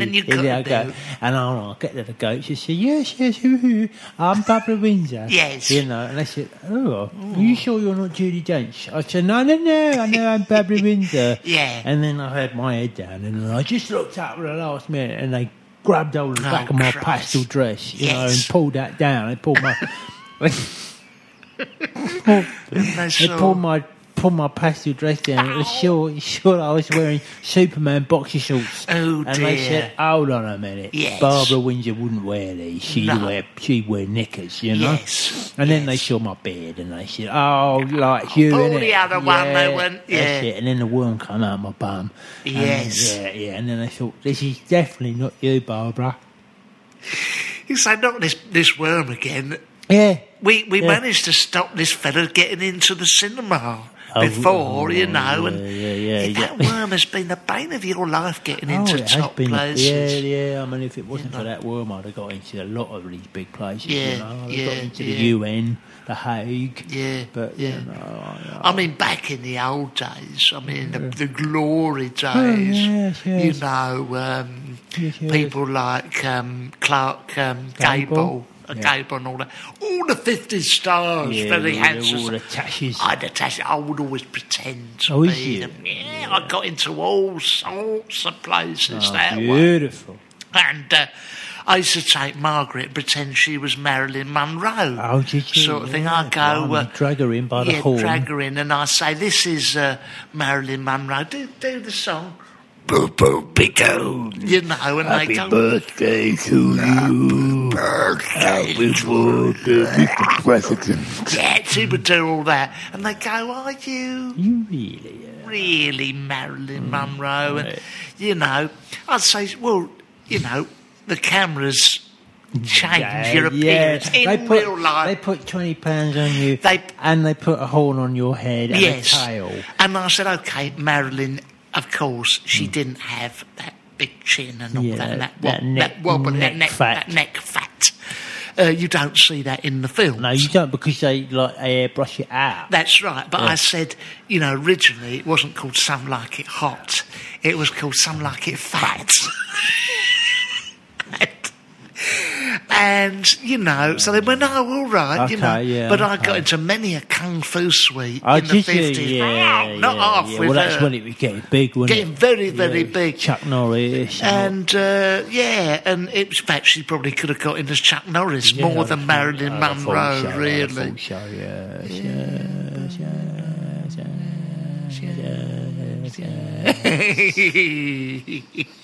[SPEAKER 1] then you cut
[SPEAKER 2] I
[SPEAKER 1] the
[SPEAKER 2] go,
[SPEAKER 1] goat.
[SPEAKER 2] and I'll, I'll get to the goat. She said, yes, yes, hoo, hoo, I'm Barbara Windsor.
[SPEAKER 1] Yes.
[SPEAKER 2] You know, and I said, oh, are you sure you're not Judy Dench? I said, no, no, no, I know I'm Barbara Windsor.
[SPEAKER 1] Yeah.
[SPEAKER 2] And then I had my head down and then I just looked up at the last minute and they grabbed hold of the
[SPEAKER 1] Oh,
[SPEAKER 2] back of my
[SPEAKER 1] Christ.
[SPEAKER 2] pastel dress, you know,
[SPEAKER 1] Yes.
[SPEAKER 2] and pulled that down. They pulled my...
[SPEAKER 1] They
[SPEAKER 2] They
[SPEAKER 1] saw-
[SPEAKER 2] pulled my pulled my pastel dress down. It was sure, it's sure I was wearing Superman boxer shorts.
[SPEAKER 1] Oh,
[SPEAKER 2] and they
[SPEAKER 1] dear.
[SPEAKER 2] said, "Hold on a minute,
[SPEAKER 1] Yes.
[SPEAKER 2] Barbara Windsor wouldn't wear these. She
[SPEAKER 1] No.
[SPEAKER 2] would wear she would wear knickers, you know."
[SPEAKER 1] Yes,
[SPEAKER 2] And then they saw my beard and they said, "Oh, like you."
[SPEAKER 1] Pull
[SPEAKER 2] innit?"
[SPEAKER 1] the other one, they went,
[SPEAKER 2] That's
[SPEAKER 1] yeah.
[SPEAKER 2] it. And then the worm came out of my bum. And then-
[SPEAKER 1] Yes.
[SPEAKER 2] yeah, yeah. And then they thought, "This is definitely not you, Barbara."
[SPEAKER 1] He said, not this, this worm again.
[SPEAKER 2] Yeah.
[SPEAKER 1] We, we
[SPEAKER 2] Yeah.
[SPEAKER 1] managed to stop this fella getting into the cinema
[SPEAKER 2] Oh,
[SPEAKER 1] before,
[SPEAKER 2] oh,
[SPEAKER 1] you know.
[SPEAKER 2] yeah,
[SPEAKER 1] and
[SPEAKER 2] yeah, yeah,
[SPEAKER 1] that
[SPEAKER 2] yeah.
[SPEAKER 1] worm has been the bane of your life getting
[SPEAKER 2] Oh,
[SPEAKER 1] into
[SPEAKER 2] it has
[SPEAKER 1] top
[SPEAKER 2] been-
[SPEAKER 1] places.
[SPEAKER 2] Yeah, yeah. I mean, if it wasn't
[SPEAKER 1] know.
[SPEAKER 2] for that worm, I'd have got into a lot of these big places.
[SPEAKER 1] Yeah,
[SPEAKER 2] you know? I'd have
[SPEAKER 1] yeah,
[SPEAKER 2] got into the
[SPEAKER 1] yeah.
[SPEAKER 2] UN, the Hague.
[SPEAKER 1] Yeah,
[SPEAKER 2] but
[SPEAKER 1] yeah.
[SPEAKER 2] you know, I-
[SPEAKER 1] I mean, back in the old days, I mean, the, the glory days,
[SPEAKER 2] Oh, yes,
[SPEAKER 1] you
[SPEAKER 2] yes.
[SPEAKER 1] know, um,
[SPEAKER 2] Yes, yes.
[SPEAKER 1] people like um, Clark um, Gable,
[SPEAKER 2] Gable.
[SPEAKER 1] uh,
[SPEAKER 2] Yeah.
[SPEAKER 1] Gable and all that, all the 50 stars,
[SPEAKER 2] yeah,
[SPEAKER 1] very
[SPEAKER 2] all the-
[SPEAKER 1] handsome.
[SPEAKER 2] all the tashes.
[SPEAKER 1] I'd attach, I would always pretend to
[SPEAKER 2] Oh,
[SPEAKER 1] be
[SPEAKER 2] is you?
[SPEAKER 1] them. Yeah, I got into all sorts of places
[SPEAKER 2] Oh,
[SPEAKER 1] that way.
[SPEAKER 2] beautiful.
[SPEAKER 1] And uh, I used to take Margaret and pretend she was Marilyn Monroe.
[SPEAKER 2] Oh, did you?
[SPEAKER 1] Sort of thing.
[SPEAKER 2] Yeah,
[SPEAKER 1] I go.
[SPEAKER 2] blimey,
[SPEAKER 1] Uh,
[SPEAKER 2] drag her in by the
[SPEAKER 1] yeah,
[SPEAKER 2] horn.
[SPEAKER 1] drag her in, and I say, This is uh, Marilyn Monroe. Do, do the song.
[SPEAKER 4] Boo boo Pito.
[SPEAKER 1] You know, and
[SPEAKER 4] Happy
[SPEAKER 1] they go.
[SPEAKER 4] birthday to you. Birthday to Mr. President.
[SPEAKER 1] Yeah, she would do all that. And they go, Are you
[SPEAKER 2] You really? uh,
[SPEAKER 1] really
[SPEAKER 2] Mm,
[SPEAKER 1] Marilyn Monroe, and you know, I'd say, well, you know, the cameras change your appearance in
[SPEAKER 2] Mm, they put,
[SPEAKER 1] real life.
[SPEAKER 2] They put twenty pounds on you,
[SPEAKER 1] They-
[SPEAKER 2] and they put a horn on your head and
[SPEAKER 1] yes,
[SPEAKER 2] a tail.
[SPEAKER 1] and I said, okay, Marilyn. Of course, she didn't have that big chin and all
[SPEAKER 2] Mm. Yeah,
[SPEAKER 1] that, and that,
[SPEAKER 2] that
[SPEAKER 1] wo-
[SPEAKER 2] neck-
[SPEAKER 1] that wobble,
[SPEAKER 2] neck
[SPEAKER 1] that neck
[SPEAKER 2] fat.
[SPEAKER 1] That neck fat. Uh, you don't see that in the film.
[SPEAKER 2] No, you don't because they like they airbrush it out.
[SPEAKER 1] That's right. But I said, you know, originally it wasn't called Some Like It Hot. It was called Some Like It Fat. and, you know, so they went, oh, all right, you know.
[SPEAKER 2] Okay, yeah,
[SPEAKER 1] but I got
[SPEAKER 2] okay.
[SPEAKER 1] into many a kung fu suite
[SPEAKER 2] Oh,
[SPEAKER 1] in the
[SPEAKER 2] did you?
[SPEAKER 1] 50s.
[SPEAKER 2] Yeah,
[SPEAKER 1] Oh, not
[SPEAKER 2] yeah,
[SPEAKER 1] half
[SPEAKER 2] yeah.
[SPEAKER 1] with
[SPEAKER 2] Well, that's
[SPEAKER 1] her.
[SPEAKER 2] when it was getting big, wasn't
[SPEAKER 1] Getting
[SPEAKER 2] it?
[SPEAKER 1] very, very
[SPEAKER 2] Yeah,
[SPEAKER 1] big.
[SPEAKER 2] Chuck Norris. and
[SPEAKER 1] and uh, yeah, and it was in fact she probably could have got in as Chuck Norris
[SPEAKER 2] all-
[SPEAKER 1] more
[SPEAKER 2] Yeah,
[SPEAKER 1] than
[SPEAKER 2] I
[SPEAKER 1] Marilyn
[SPEAKER 2] thought- I thought
[SPEAKER 1] Monroe,
[SPEAKER 2] so, I
[SPEAKER 1] really.
[SPEAKER 2] thought so, yes, yes, yes, yes, yes, yes.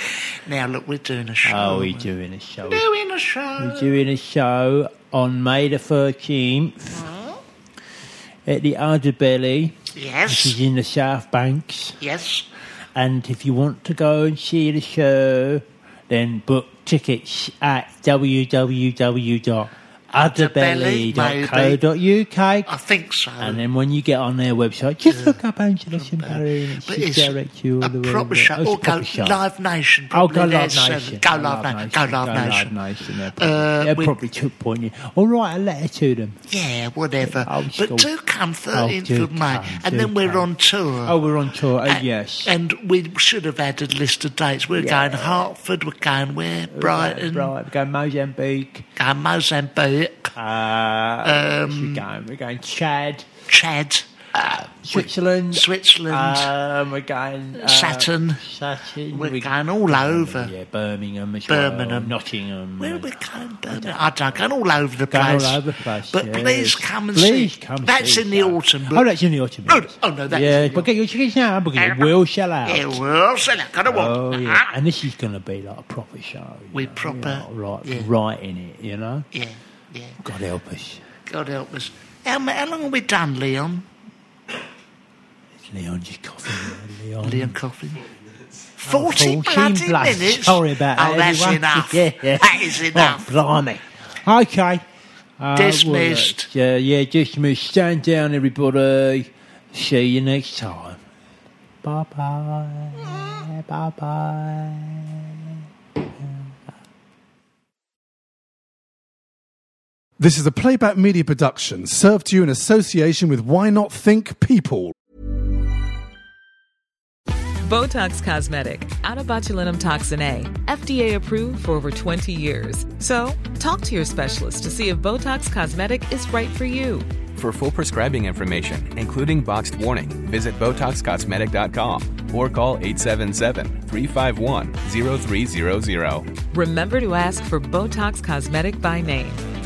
[SPEAKER 1] now look, we're doing a show.
[SPEAKER 2] Oh, we're doing a show.
[SPEAKER 1] We're doing a show.
[SPEAKER 2] We're doing a show on May the 13th
[SPEAKER 1] Uh-huh.
[SPEAKER 2] at the Underbelly, which
[SPEAKER 1] Yes,
[SPEAKER 2] is in the South Banks.
[SPEAKER 1] yes.
[SPEAKER 2] And if you want to go and see the show, then book tickets at
[SPEAKER 1] I
[SPEAKER 2] www.udderbelly.co.uk.
[SPEAKER 1] think so.
[SPEAKER 2] And then when you get on their website, just look up Angela Simbari and
[SPEAKER 1] but
[SPEAKER 2] she'll
[SPEAKER 1] it's
[SPEAKER 2] direct you all
[SPEAKER 1] a
[SPEAKER 2] the way.
[SPEAKER 1] proper
[SPEAKER 2] there.
[SPEAKER 1] show. Or
[SPEAKER 2] Oh, it's a
[SPEAKER 1] go
[SPEAKER 2] proper show.
[SPEAKER 1] Live Nation.
[SPEAKER 2] Oh,
[SPEAKER 1] Probably
[SPEAKER 2] go Live
[SPEAKER 1] there's, uh,
[SPEAKER 2] Nation.
[SPEAKER 1] Go Live Nation. Go Live Nation.
[SPEAKER 2] They'll
[SPEAKER 1] Uh,
[SPEAKER 2] probably, they'll
[SPEAKER 1] we-
[SPEAKER 2] probably took point you. Or write a letter to them.
[SPEAKER 1] Yeah, whatever.
[SPEAKER 2] Yeah, old
[SPEAKER 1] but
[SPEAKER 2] school.
[SPEAKER 1] do come 13th
[SPEAKER 2] Oh, do
[SPEAKER 1] of May.
[SPEAKER 2] come,
[SPEAKER 1] and
[SPEAKER 2] do
[SPEAKER 1] then we're
[SPEAKER 2] come.
[SPEAKER 1] on tour.
[SPEAKER 2] Oh, we're on tour. Oh,
[SPEAKER 1] A-
[SPEAKER 2] yes.
[SPEAKER 1] Uh, And we should have had a list of dates. We're going Hartford, we're going where? Brighton,
[SPEAKER 2] Right, we're going Mozambique.
[SPEAKER 1] going Mozambique,
[SPEAKER 2] Uh,
[SPEAKER 1] Um,
[SPEAKER 2] we're, going, we're going Chad,
[SPEAKER 1] Chad,
[SPEAKER 2] Switzerland,
[SPEAKER 1] Switzerland.
[SPEAKER 2] Um, we're going uh,
[SPEAKER 1] Saturn.
[SPEAKER 2] Saturn.
[SPEAKER 1] we're going all over.
[SPEAKER 2] Yeah, Birmingham as well.
[SPEAKER 1] Birmingham.
[SPEAKER 2] Nottingham.
[SPEAKER 1] Where are
[SPEAKER 2] and-
[SPEAKER 1] we going? Birmingham? I don't go all over the
[SPEAKER 2] Going all
[SPEAKER 1] place.
[SPEAKER 2] over the place,
[SPEAKER 1] But
[SPEAKER 2] yes.
[SPEAKER 1] please come and
[SPEAKER 2] Please
[SPEAKER 1] see.
[SPEAKER 2] come
[SPEAKER 1] that's
[SPEAKER 2] see
[SPEAKER 1] in the
[SPEAKER 2] us.
[SPEAKER 1] autumn.
[SPEAKER 2] Oh,
[SPEAKER 1] But
[SPEAKER 2] that's in the autumn.
[SPEAKER 1] Oh,
[SPEAKER 2] yes.
[SPEAKER 1] oh, no, that's
[SPEAKER 2] yeah.
[SPEAKER 1] in the
[SPEAKER 2] But get your tickets now because it will sell out.
[SPEAKER 1] it will sell out. Gotta walk. Ah,
[SPEAKER 2] Oh yeah, and this is going to be like a proper show. you
[SPEAKER 1] With
[SPEAKER 2] know,
[SPEAKER 1] Uh-huh. proper-
[SPEAKER 2] you know, right,
[SPEAKER 1] yeah.
[SPEAKER 2] right in it, you know.
[SPEAKER 1] Yeah, yeah.
[SPEAKER 2] God help us,
[SPEAKER 1] God help us. How, ma- how long have we done, Leon?
[SPEAKER 2] Leon, just coughing, Leon.
[SPEAKER 1] Leon Coffin? 40
[SPEAKER 2] 14
[SPEAKER 1] bloody
[SPEAKER 2] plus.
[SPEAKER 1] minutes.
[SPEAKER 2] Oh, Sorry about that.
[SPEAKER 1] Oh, that's
[SPEAKER 2] everyone.
[SPEAKER 1] enough.
[SPEAKER 2] Yeah, yeah.
[SPEAKER 1] That is enough.
[SPEAKER 2] Oh, blimey. Okay. Uh,
[SPEAKER 1] Dismissed.
[SPEAKER 2] Well, uh, yeah, yeah, dismissed. Stand down, everybody. See you next time. Bye bye. Bye bye.
[SPEAKER 5] This is a playback media production served to you in association with Why Not Think People.
[SPEAKER 6] Botox Cosmetic, out of botulinum toxin A, FDA approved for over 20 years. So, talk to your specialist to see if Botox Cosmetic is right for you.
[SPEAKER 7] For full prescribing information, including boxed warning, visit BotoxCosmetic.com or call 877-351-0300.
[SPEAKER 6] Remember to ask for Botox Cosmetic by name.